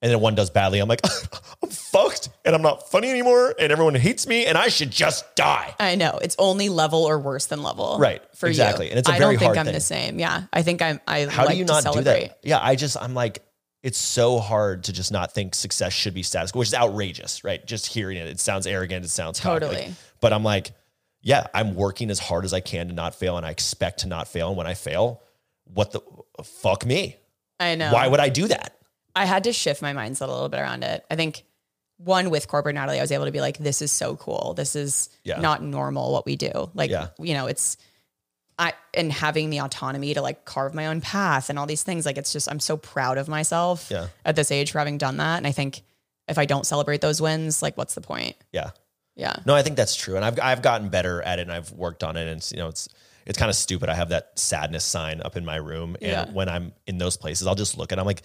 [SPEAKER 1] And then one does badly. I'm like I'm fucked, and I'm not funny anymore, and everyone hates me, and I should just die.
[SPEAKER 2] I know. It's only level or worse than level.
[SPEAKER 1] Right.
[SPEAKER 2] For
[SPEAKER 1] Exactly.
[SPEAKER 2] you.
[SPEAKER 1] And it's a
[SPEAKER 2] I
[SPEAKER 1] very
[SPEAKER 2] don't think
[SPEAKER 1] hard
[SPEAKER 2] I'm
[SPEAKER 1] thing.
[SPEAKER 2] the same. Yeah. I think I'm I
[SPEAKER 1] How
[SPEAKER 2] like
[SPEAKER 1] do you
[SPEAKER 2] to
[SPEAKER 1] not do
[SPEAKER 2] celebrate.
[SPEAKER 1] that? Yeah, I just I'm like it's so hard to just not think success should be status quo, which is outrageous, right? Just hearing it, it sounds arrogant, it sounds cocky.
[SPEAKER 2] Totally.
[SPEAKER 1] but I'm like, yeah, I'm working as hard as I can to not fail, and I expect to not fail. And when I fail, what the fuck me?
[SPEAKER 2] I know.
[SPEAKER 1] Why would I do that?
[SPEAKER 2] I had to shift my mindset a little bit around it. I think one with corporate Natalie, I was able to be like, this is so cool. This is
[SPEAKER 1] Yeah.
[SPEAKER 2] not normal what we do. Like,
[SPEAKER 1] Yeah.
[SPEAKER 2] you know, it's I and having the autonomy to like carve my own path and all these things. Like it's just I'm so proud of myself
[SPEAKER 1] Yeah.
[SPEAKER 2] at this age for having done that. And I think if I don't celebrate those wins, like what's the point?
[SPEAKER 1] Yeah.
[SPEAKER 2] Yeah.
[SPEAKER 1] No, I think that's true, and I've I've gotten better at it, and I've worked on it, and it's, you know, it's it's kind of stupid. I have that sadness sign up in my room, and
[SPEAKER 2] Yeah.
[SPEAKER 1] when I'm in those places, I'll just look at. it. I'm like,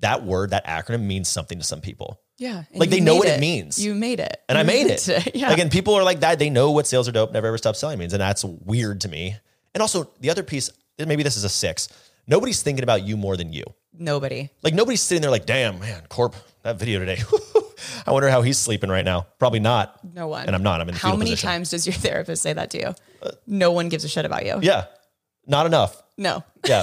[SPEAKER 1] that word, that acronym means something to some people.
[SPEAKER 2] Yeah. And
[SPEAKER 1] Like,
[SPEAKER 2] you
[SPEAKER 1] they know
[SPEAKER 2] made
[SPEAKER 1] what it means.
[SPEAKER 2] You made it.
[SPEAKER 1] and I
[SPEAKER 2] You
[SPEAKER 1] made it.
[SPEAKER 2] today. Yeah.
[SPEAKER 1] Like, and people are like that. They know what sales are dope. Never ever stop selling means, and that's weird to me. And also the other piece, and maybe this is a six. Nobody's thinking about you more than you.
[SPEAKER 2] Nobody.
[SPEAKER 1] Like nobody's sitting there like, damn man, Corp, that video today. I wonder how he's sleeping right now. Probably not.
[SPEAKER 2] No one.
[SPEAKER 1] And I'm not. I'm in the
[SPEAKER 2] How
[SPEAKER 1] fetal
[SPEAKER 2] many
[SPEAKER 1] position. Uh,
[SPEAKER 2] times does your therapist say that to you? no one gives a shit about you.
[SPEAKER 1] Yeah, not enough.
[SPEAKER 2] No.
[SPEAKER 1] Yeah.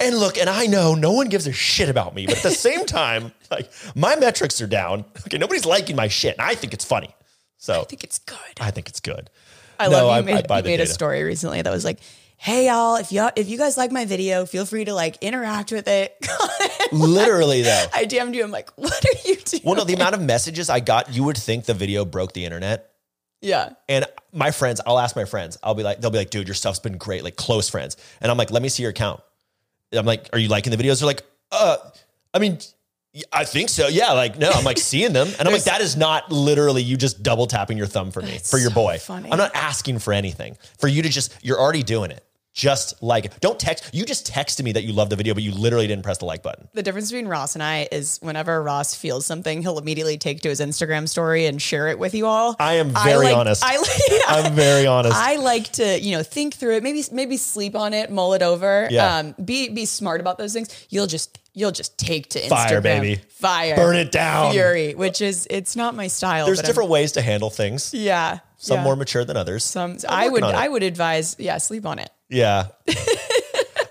[SPEAKER 1] and look, and I know no one gives a shit about me, but at the same time, like my metrics are down. Okay, nobody's liking my shit, and I think it's funny. So I
[SPEAKER 2] I
[SPEAKER 1] think,
[SPEAKER 2] think it's good.
[SPEAKER 1] it's good.
[SPEAKER 2] I
[SPEAKER 1] No,
[SPEAKER 2] love
[SPEAKER 1] I-
[SPEAKER 2] you made,
[SPEAKER 1] I buy
[SPEAKER 2] you
[SPEAKER 1] the
[SPEAKER 2] made a
[SPEAKER 1] data.
[SPEAKER 2] story recently that was like, "Hey y'all, if y'all if you guys like my video, feel free to like interact with it."
[SPEAKER 1] Literally though.
[SPEAKER 2] I DM'd you. I'm like, "What are you doing?"
[SPEAKER 1] Well, no, the amount of messages I got, you would think the video broke the internet.
[SPEAKER 2] yeah,
[SPEAKER 1] And my friends, I'll ask my friends, I'll be like, they'll be like, dude, your stuff's been great, like close friends. And I'm like, let me see your account. I'm like, are you liking the videos? They're like, uh, I mean, y- I think so. Yeah. Like, no, I'm like seeing them. And I'm like,
[SPEAKER 2] There's-
[SPEAKER 1] that is not literally you just double tapping your thumb for me, for your
[SPEAKER 2] so
[SPEAKER 1] boy.
[SPEAKER 2] funny.
[SPEAKER 1] I'm not asking for anything. For you to just, you're already doing it. Just like it. Don't text. You just texted me that you love the video, but you literally didn't press the like button.
[SPEAKER 2] the difference between Ross and I is whenever Ross feels something, he'll immediately take to his Instagram story and share it with you all.
[SPEAKER 1] I am very
[SPEAKER 2] like-
[SPEAKER 1] honest.
[SPEAKER 2] I like-
[SPEAKER 1] I'm very honest.
[SPEAKER 2] I like to, you know, think through it, maybe maybe sleep on it, mull it over.
[SPEAKER 1] Yeah.
[SPEAKER 2] Um, be be smart about those things. You'll just you'll just take to Instagram.
[SPEAKER 1] Fire, baby.
[SPEAKER 2] Fire.
[SPEAKER 1] Burn it down.
[SPEAKER 2] Fury, which is it's not my style.
[SPEAKER 1] There's
[SPEAKER 2] but I'm-
[SPEAKER 1] different ways to handle things.
[SPEAKER 2] yeah.
[SPEAKER 1] Some
[SPEAKER 2] yeah.
[SPEAKER 1] more mature than others.
[SPEAKER 2] Some
[SPEAKER 1] I'm
[SPEAKER 2] I
[SPEAKER 1] working
[SPEAKER 2] would
[SPEAKER 1] on it.
[SPEAKER 2] I would advise, yeah, sleep on it.
[SPEAKER 1] Yeah.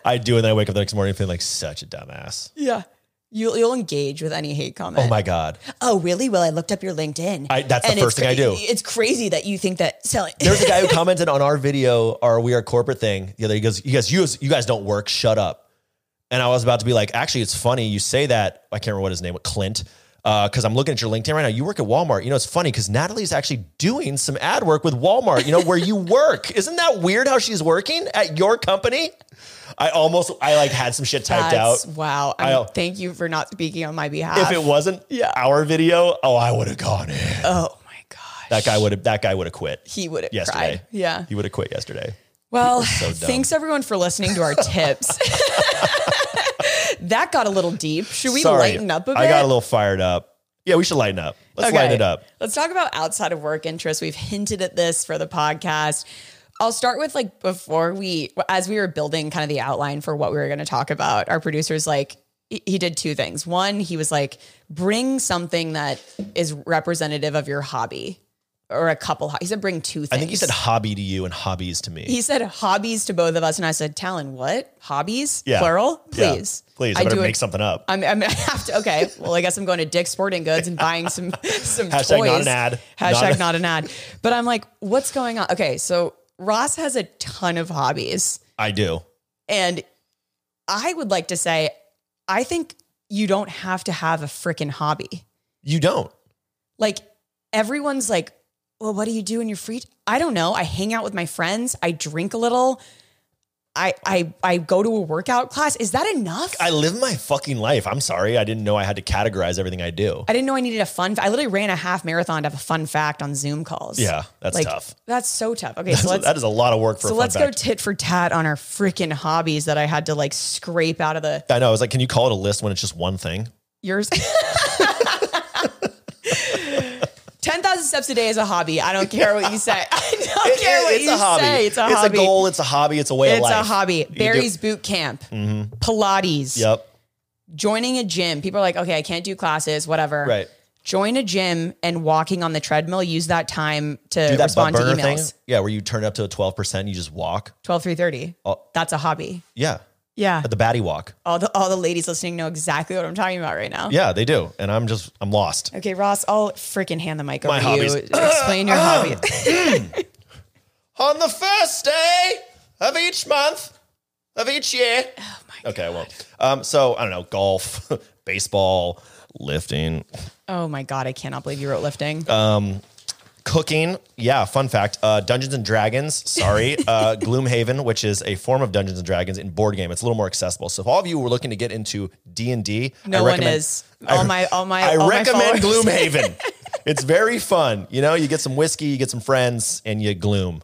[SPEAKER 1] I do. And then I wake up the next morning feeling like such a dumbass.
[SPEAKER 2] Yeah. You'll you'll engage with any hate comment.
[SPEAKER 1] Oh my God.
[SPEAKER 2] Oh, really? Well, I looked up your LinkedIn.
[SPEAKER 1] I- that's the
[SPEAKER 2] and it's
[SPEAKER 1] first thing I do.
[SPEAKER 2] It's crazy that you think that selling.
[SPEAKER 1] There's a guy who commented on our video, our We Are Corporate thing. The other, he goes, you guys, you, you guys don't work. Shut up. And I was about to be like, actually, it's funny. You say that. I can't remember what his name was, Clint. Because I'm looking at your LinkedIn right now. You work at Walmart. You know, it's funny because Natalie's actually doing some ad work with Walmart, you know, where you work. Isn't that weird how she's working at your company? I almost, I like had some shit typed
[SPEAKER 2] That's-
[SPEAKER 1] out.
[SPEAKER 2] Wow.
[SPEAKER 1] I'll-
[SPEAKER 2] I'm, thank you for not speaking on my behalf.
[SPEAKER 1] If it wasn't
[SPEAKER 2] Yeah.
[SPEAKER 1] our video, oh, I would have gone in.
[SPEAKER 2] oh my gosh.
[SPEAKER 1] That guy would have. That guy would have quit
[SPEAKER 2] he would have
[SPEAKER 1] yesterday.
[SPEAKER 2] cried. Yeah.
[SPEAKER 1] he would have quit yesterday.
[SPEAKER 2] Well,
[SPEAKER 1] dumb.
[SPEAKER 2] thanks everyone for listening to our tips. that got a little deep. Should we
[SPEAKER 1] Sorry,
[SPEAKER 2] lighten up a bit?
[SPEAKER 1] I got a little fired up. Yeah, we should lighten up. Let's lighten it up.
[SPEAKER 2] Let's talk about outside of work interests. We've hinted at this for the podcast. I'll start with like before we, as we were building kind of the outline for what we were going to talk about, our producer's like, he he did two things. One, he was like, bring something that is representative of your hobby or a couple. ho- He said, bring two things.
[SPEAKER 1] I think he said hobby to you and hobbies to me.
[SPEAKER 2] he said hobbies to both of us. And I said, Talon, what? Hobbies?
[SPEAKER 1] Yeah.
[SPEAKER 2] Plural?
[SPEAKER 1] Yeah.
[SPEAKER 2] Please.
[SPEAKER 1] please. I,
[SPEAKER 2] do
[SPEAKER 1] better
[SPEAKER 2] it-
[SPEAKER 1] make something up.
[SPEAKER 2] I'm, I'm gonna have to. Okay, well, I guess I'm going to Dick's Sporting Goods and buying some some
[SPEAKER 1] Hashtag
[SPEAKER 2] toys.
[SPEAKER 1] not an ad. Not
[SPEAKER 2] Hashtag not,
[SPEAKER 1] a-
[SPEAKER 2] an ad. But I'm like, what's going on? Okay, so Ross has a ton of hobbies,
[SPEAKER 1] I do.
[SPEAKER 2] and I would like to say, I think you don't have to have a freaking hobby.
[SPEAKER 1] You don't.
[SPEAKER 2] Like everyone's like, well, what do you do in your free? T-? I don't know. I hang out with my friends. I drink a little. I I I go to a workout class. Is that enough?
[SPEAKER 1] I live my fucking life. I'm sorry. I didn't know I had to categorize everything I do.
[SPEAKER 2] I didn't know I needed a fun. I literally ran a half marathon to have a fun fact on Zoom calls.
[SPEAKER 1] yeah, that's
[SPEAKER 2] like
[SPEAKER 1] tough.
[SPEAKER 2] that's so tough. Okay, so let's
[SPEAKER 1] that is a lot of work for.
[SPEAKER 2] so
[SPEAKER 1] a fun
[SPEAKER 2] let's go
[SPEAKER 1] fact.
[SPEAKER 2] tit for tat on our freaking hobbies that I had to like scrape out of the
[SPEAKER 1] I know. I was like, can you call it a list when it's just one thing?
[SPEAKER 2] yours. 10,000 steps a day is a hobby. I don't care what you say. I don't
[SPEAKER 1] It-
[SPEAKER 2] care
[SPEAKER 1] it-
[SPEAKER 2] what
[SPEAKER 1] it's
[SPEAKER 2] you
[SPEAKER 1] a hobby.
[SPEAKER 2] say. It's a hobby.
[SPEAKER 1] goal. It's a hobby. It's a way of
[SPEAKER 2] It's
[SPEAKER 1] life.
[SPEAKER 2] a hobby.
[SPEAKER 1] do- Mm-hmm.
[SPEAKER 2] Barry's boot camp, Pilates,
[SPEAKER 1] Yep.
[SPEAKER 2] joining a gym. People are like, okay, I can't do classes, whatever.
[SPEAKER 1] Right.
[SPEAKER 2] Join a gym and walking on the treadmill. Use that time to
[SPEAKER 1] Do that butt
[SPEAKER 2] respond to
[SPEAKER 1] burner
[SPEAKER 2] emails.
[SPEAKER 1] thing. Yeah, where you turn up to twelve percent, you just walk.
[SPEAKER 2] 12 through 30. That's a hobby.
[SPEAKER 1] Yeah,
[SPEAKER 2] Yeah.
[SPEAKER 1] Oh. the batty walk.
[SPEAKER 2] All the all the ladies listening know exactly what I'm talking about right now.
[SPEAKER 1] Yeah, they do. And I'm just I'm lost.
[SPEAKER 2] Okay, Ross, I'll freaking hand the mic over
[SPEAKER 1] My
[SPEAKER 2] to
[SPEAKER 1] hobbies.
[SPEAKER 2] you. Explain your hobby.
[SPEAKER 1] On the first day of each month of each year. Oh my okay, well, um, so I don't know, golf, baseball, lifting,
[SPEAKER 2] Oh my god, I cannot believe you wrote lifting.
[SPEAKER 1] Uh, cooking. Yeah, fun fact: uh, Dungeons and Dragons. Sorry, uh, Gloomhaven, which is a form of Dungeons and Dragons in board game. It's a little more accessible. So if all of you were looking to get into D and D,
[SPEAKER 2] no one is. All my all my
[SPEAKER 1] I
[SPEAKER 2] all my
[SPEAKER 1] recommend
[SPEAKER 2] followers-
[SPEAKER 1] Gloomhaven. it's very fun. You know, you get some whiskey, you get some friends, and you gloom.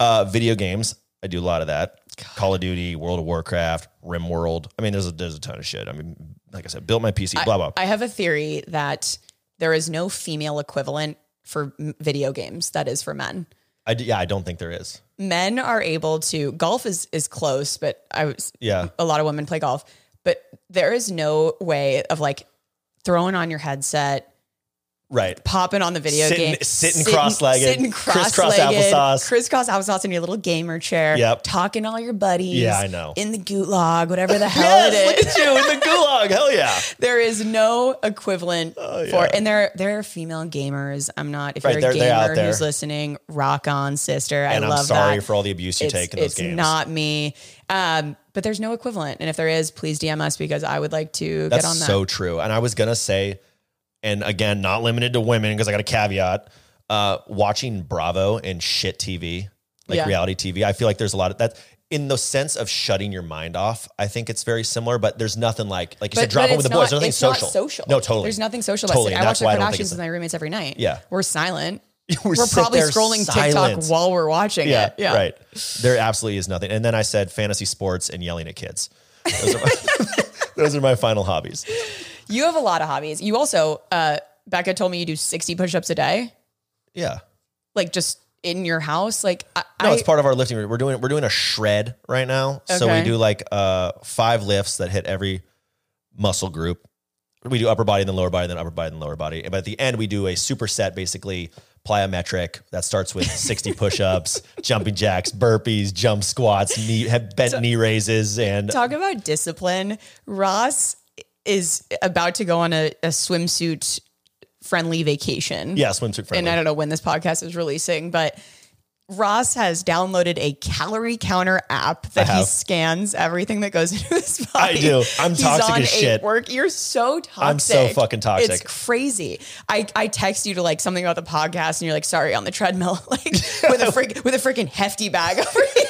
[SPEAKER 1] Uh, video games. I do a lot of that. Call of Duty, World of Warcraft, RimWorld. I mean, there's a, there's a ton of shit. I mean, like I said, built my PC. blah blah.
[SPEAKER 2] I have a theory that there is no female equivalent for m- video games that is for men.
[SPEAKER 1] I d- yeah, I don't think there is.
[SPEAKER 2] Men are able to golf is is close, but I was
[SPEAKER 1] Yeah.
[SPEAKER 2] a lot of women play golf, but there is no way of like throwing on your headset,
[SPEAKER 1] Right.
[SPEAKER 2] popping on the video
[SPEAKER 1] Sitting-
[SPEAKER 2] game,
[SPEAKER 1] sitting cross-legged,
[SPEAKER 2] sitting
[SPEAKER 1] crisscross
[SPEAKER 2] cross-legged,
[SPEAKER 1] applesauce.
[SPEAKER 2] crisscross applesauce in your little gamer chair,
[SPEAKER 1] Yep.
[SPEAKER 2] talking to all your buddies,
[SPEAKER 1] Yeah, I know.
[SPEAKER 2] in the gulag, whatever the hell
[SPEAKER 1] Yes,
[SPEAKER 2] it is.
[SPEAKER 1] look at you in the gulag. Hell yeah.
[SPEAKER 2] There is no equivalent
[SPEAKER 1] Oh, yeah.
[SPEAKER 2] for, and there there are female gamers. I'm not. If
[SPEAKER 1] Right,
[SPEAKER 2] you're a
[SPEAKER 1] they're- they're out
[SPEAKER 2] gamer who's
[SPEAKER 1] there.
[SPEAKER 2] listening, rock on, sister.
[SPEAKER 1] And
[SPEAKER 2] I
[SPEAKER 1] I'm
[SPEAKER 2] love
[SPEAKER 1] sorry
[SPEAKER 2] that.
[SPEAKER 1] for all the abuse you
[SPEAKER 2] it's
[SPEAKER 1] take in those
[SPEAKER 2] it's
[SPEAKER 1] games.
[SPEAKER 2] not me. Um, but there's no equivalent, and if there is, please DM us because I would like to
[SPEAKER 1] That's
[SPEAKER 2] get on that.
[SPEAKER 1] so true. And I was gonna say, and again, not limited to women because I got a caveat. Uh, watching Bravo and shit TV, like
[SPEAKER 2] Yeah.
[SPEAKER 1] reality TV, I feel like there's a lot of that. In the sense of shutting your mind off, I think it's very similar, but there's nothing like, like you said, dropping with
[SPEAKER 2] it's
[SPEAKER 1] the boys. There's nothing
[SPEAKER 2] it's
[SPEAKER 1] social.
[SPEAKER 2] Not social.
[SPEAKER 1] No, totally.
[SPEAKER 2] There's nothing social. about
[SPEAKER 1] Totally,
[SPEAKER 2] it.
[SPEAKER 1] and
[SPEAKER 2] I watch
[SPEAKER 1] that's
[SPEAKER 2] the
[SPEAKER 1] why I don't think
[SPEAKER 2] Kardashians
[SPEAKER 1] it's-
[SPEAKER 2] with my roommates every night.
[SPEAKER 1] Yeah.
[SPEAKER 2] We're silent.
[SPEAKER 1] We're,
[SPEAKER 2] We're
[SPEAKER 1] sit
[SPEAKER 2] probably
[SPEAKER 1] there
[SPEAKER 2] scrolling
[SPEAKER 1] silent.
[SPEAKER 2] TikTok while we're watching
[SPEAKER 1] Yeah,
[SPEAKER 2] it. Yeah.
[SPEAKER 1] right. There absolutely is nothing. And then I said fantasy sports and yelling at kids. Those are my, those are my final hobbies.
[SPEAKER 2] You have a lot of hobbies. You also, uh, Becca told me you do 60 push-ups a day,
[SPEAKER 1] Yeah.
[SPEAKER 2] like just in your house. Like I,
[SPEAKER 1] No,
[SPEAKER 2] I-
[SPEAKER 1] it's part of our lifting. routine. We're doing we're doing a shred right now. So we
[SPEAKER 2] Okay.
[SPEAKER 1] do like uh five lifts that hit every muscle group. We do upper body, then lower body, then upper body, then lower body. But at the end, we do a superset, basically plyometric that starts with 60 push-ups, jumping jacks, burpees, jump squats, knee bent knee raises, and
[SPEAKER 2] talk about discipline. Ross is about to go on a, a swimsuit friendly vacation.
[SPEAKER 1] yeah, swimsuit
[SPEAKER 2] and I
[SPEAKER 1] friendly.
[SPEAKER 2] don't know when this podcast is releasing, but Ross has downloaded a calorie counter app that
[SPEAKER 1] I
[SPEAKER 2] he
[SPEAKER 1] have.
[SPEAKER 2] scans everything that goes into his body.
[SPEAKER 1] I do. I'm
[SPEAKER 2] He's
[SPEAKER 1] toxic
[SPEAKER 2] on
[SPEAKER 1] as
[SPEAKER 2] a
[SPEAKER 1] shit.
[SPEAKER 2] Work. You're so toxic.
[SPEAKER 1] I'm so fucking toxic.
[SPEAKER 2] It's crazy. I, I text you to like something about the podcast, and you're like, "Sorry, on the treadmill," like with a freak with a freaking hefty bag over you.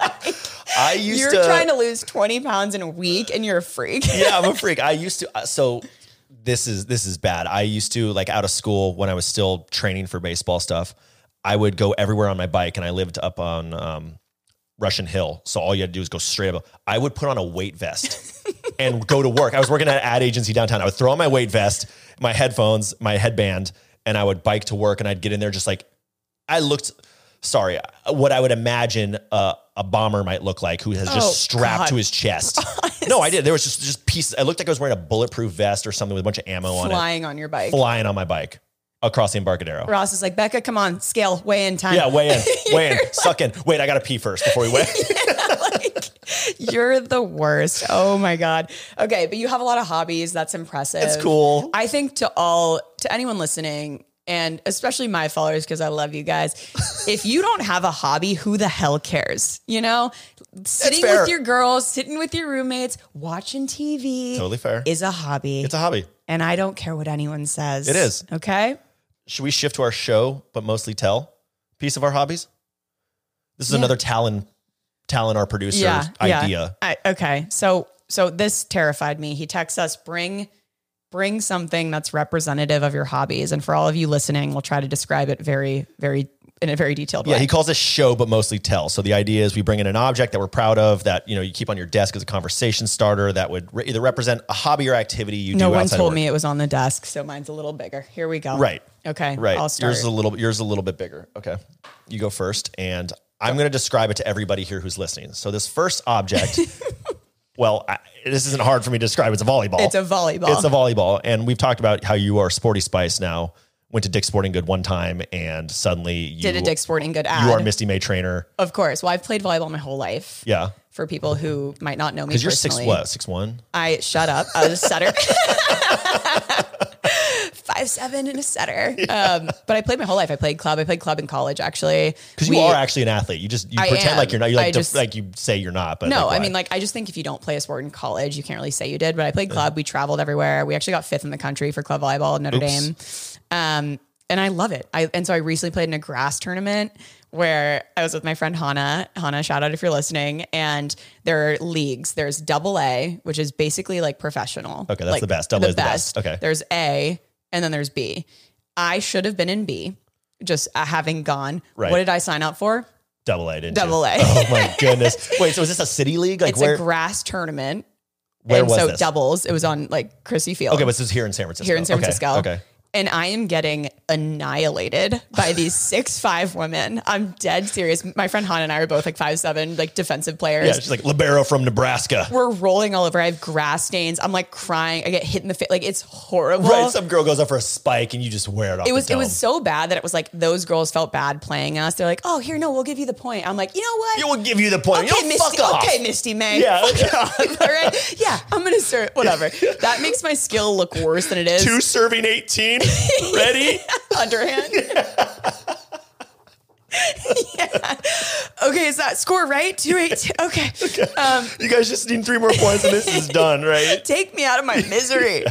[SPEAKER 2] like,
[SPEAKER 1] I used
[SPEAKER 2] you're
[SPEAKER 1] to
[SPEAKER 2] trying to lose 20 pounds in a week, and you're a freak.
[SPEAKER 1] yeah, I'm a freak. I used to. uh, So this is this is bad. I used to like out of school when I was still training for baseball stuff. I would go everywhere on my bike, and I lived up on um, Russian Hill, so all you had to do was go straight up. I would put on a weight vest and go to work. I was working at an ad agency downtown. I would throw on my weight vest, my headphones, my headband, and I would bike to work. And I'd get in there just like I looked. Sorry, what I would imagine uh, a bomber might look like, who has just
[SPEAKER 2] Oh,
[SPEAKER 1] strapped to
[SPEAKER 2] God.
[SPEAKER 1] his chest.
[SPEAKER 2] Oh,
[SPEAKER 1] No, I did. There was just just pieces. I looked like I was wearing a bulletproof vest or something with a bunch of ammo on it,
[SPEAKER 2] Flying on your bike.
[SPEAKER 1] flying on my bike across the Embarcadero.
[SPEAKER 2] Ross is like, Becca, come on, scale, weigh in time.
[SPEAKER 1] Yeah, weigh in, weigh in, suck in. Wait, I gotta pee first before we weigh.
[SPEAKER 2] like you're the worst. Oh my god. Okay, but you have a lot of hobbies. That's impressive.
[SPEAKER 1] It's cool.
[SPEAKER 2] I think to all to anyone listening and especially my followers because I love you guys. if you don't have a hobby, who the hell cares? You know, sitting
[SPEAKER 1] fair.
[SPEAKER 2] with your girls, sitting with your roommates, watching TV
[SPEAKER 1] Totally fair.
[SPEAKER 2] is a hobby.
[SPEAKER 1] It's a hobby.
[SPEAKER 2] and I don't care what anyone says.
[SPEAKER 1] It is.
[SPEAKER 2] Okay?
[SPEAKER 1] Should we shift to our show, but mostly tell piece of our hobbies? This is another Talon, Talon, our producer idea.
[SPEAKER 2] I, okay. So so this terrified me. He texts us, bring bring something that's representative of your hobbies. And for all of you listening, we'll try to describe it very, very in a very detailed
[SPEAKER 1] Yeah,
[SPEAKER 2] way.
[SPEAKER 1] he calls this show, but mostly tell. So the idea is we bring in an object that we're proud of that you know you keep on your desk as a conversation starter that would re- either represent a hobby or activity you
[SPEAKER 2] no
[SPEAKER 1] do
[SPEAKER 2] one
[SPEAKER 1] outside of
[SPEAKER 2] told
[SPEAKER 1] work.
[SPEAKER 2] me it was on the desk, so mine's a little bigger. Here we go.
[SPEAKER 1] Right.
[SPEAKER 2] Okay.
[SPEAKER 1] Right.
[SPEAKER 2] I'll start.
[SPEAKER 1] Yours is a little yours is a little bit bigger. Okay. You go first and I'm going to describe it to everybody here who's listening. So this first object well, I, this isn't hard for me to describe. It's a volleyball.
[SPEAKER 2] it's a volleyball.
[SPEAKER 1] It's a volleyball and we've talked about how you are sporty spice now. Went to Dick's Sporting Good one time and suddenly you
[SPEAKER 2] Did a Dick Sporting Good ad.
[SPEAKER 1] you are Misty May trainer.
[SPEAKER 2] of course. Well, I've played volleyball my whole life.
[SPEAKER 1] Yeah.
[SPEAKER 2] For people who might not know me,
[SPEAKER 1] Cuz you're
[SPEAKER 2] personally.
[SPEAKER 1] 6 what? 6 1?
[SPEAKER 2] I shut up. I was a setter. Five seven and a setter. Um, but I played my whole life. I played club. I played club in college actually.
[SPEAKER 1] Cuz you
[SPEAKER 2] We-
[SPEAKER 1] are actually an athlete. You just you
[SPEAKER 2] I
[SPEAKER 1] pretend
[SPEAKER 2] am.
[SPEAKER 1] like you're not. You
[SPEAKER 2] I
[SPEAKER 1] like def-
[SPEAKER 2] just-
[SPEAKER 1] like you say you're not, but like,
[SPEAKER 2] No, I
[SPEAKER 1] why?
[SPEAKER 2] mean, like, I just think if you don't play a sport in college, you can't really say you did. But I played club. We traveled everywhere. We actually got fifth in the country for club volleyball at Notre Dame. Um, and I love it. I and so I recently played in a grass tournament where I was with my friend Hannah. Hannah, shout out if you're listening. And there are leagues. There's double A, which is basically like professional.
[SPEAKER 1] Okay, that's
[SPEAKER 2] Like,
[SPEAKER 1] the best. Double A is the best. Okay.
[SPEAKER 2] There's A and then there's B. I should have been in B, just uh, having gone.
[SPEAKER 1] Right.
[SPEAKER 2] What did I sign up for?
[SPEAKER 1] double A didn't you?
[SPEAKER 2] Double A.
[SPEAKER 1] Oh my goodness. Wait, so is this a city league? Like
[SPEAKER 2] It's
[SPEAKER 1] where
[SPEAKER 2] a grass tournament
[SPEAKER 1] where
[SPEAKER 2] and
[SPEAKER 1] was
[SPEAKER 2] so
[SPEAKER 1] this?
[SPEAKER 2] doubles. It was on like Chrissy Field.
[SPEAKER 1] Okay, but this is here in San Francisco.
[SPEAKER 2] here in San
[SPEAKER 1] Okay,
[SPEAKER 2] Francisco.
[SPEAKER 1] Okay.
[SPEAKER 2] And I am getting annihilated by these six five women. I'm dead serious. My friend Han and I are both like five seven, like defensive players.
[SPEAKER 1] Yeah, she's like libero from Nebraska.
[SPEAKER 2] We're rolling all over. I have grass stains. I'm like crying. I get hit in the face. Like it's horrible.
[SPEAKER 1] Right, some girl goes up for a spike and you just wear it off.
[SPEAKER 2] it was it was so bad that it was like those girls felt bad playing us. They're like, oh here, no, we'll give you the point. I'm like, you know what?
[SPEAKER 1] It will give you the point.
[SPEAKER 2] okay,
[SPEAKER 1] You'll
[SPEAKER 2] Misty.
[SPEAKER 1] fuck off.
[SPEAKER 2] Okay, Misty May.
[SPEAKER 1] Yeah. okay.
[SPEAKER 2] All right. Yeah, I'm gonna serve. Whatever. That makes my skill look worse than it is.
[SPEAKER 1] Two serving eighteen. Ready?
[SPEAKER 2] underhand. yeah. Okay, is that score right? Two eight. two- Okay.
[SPEAKER 1] you guys just need three more points and this is done, right?
[SPEAKER 2] Take me out of my misery.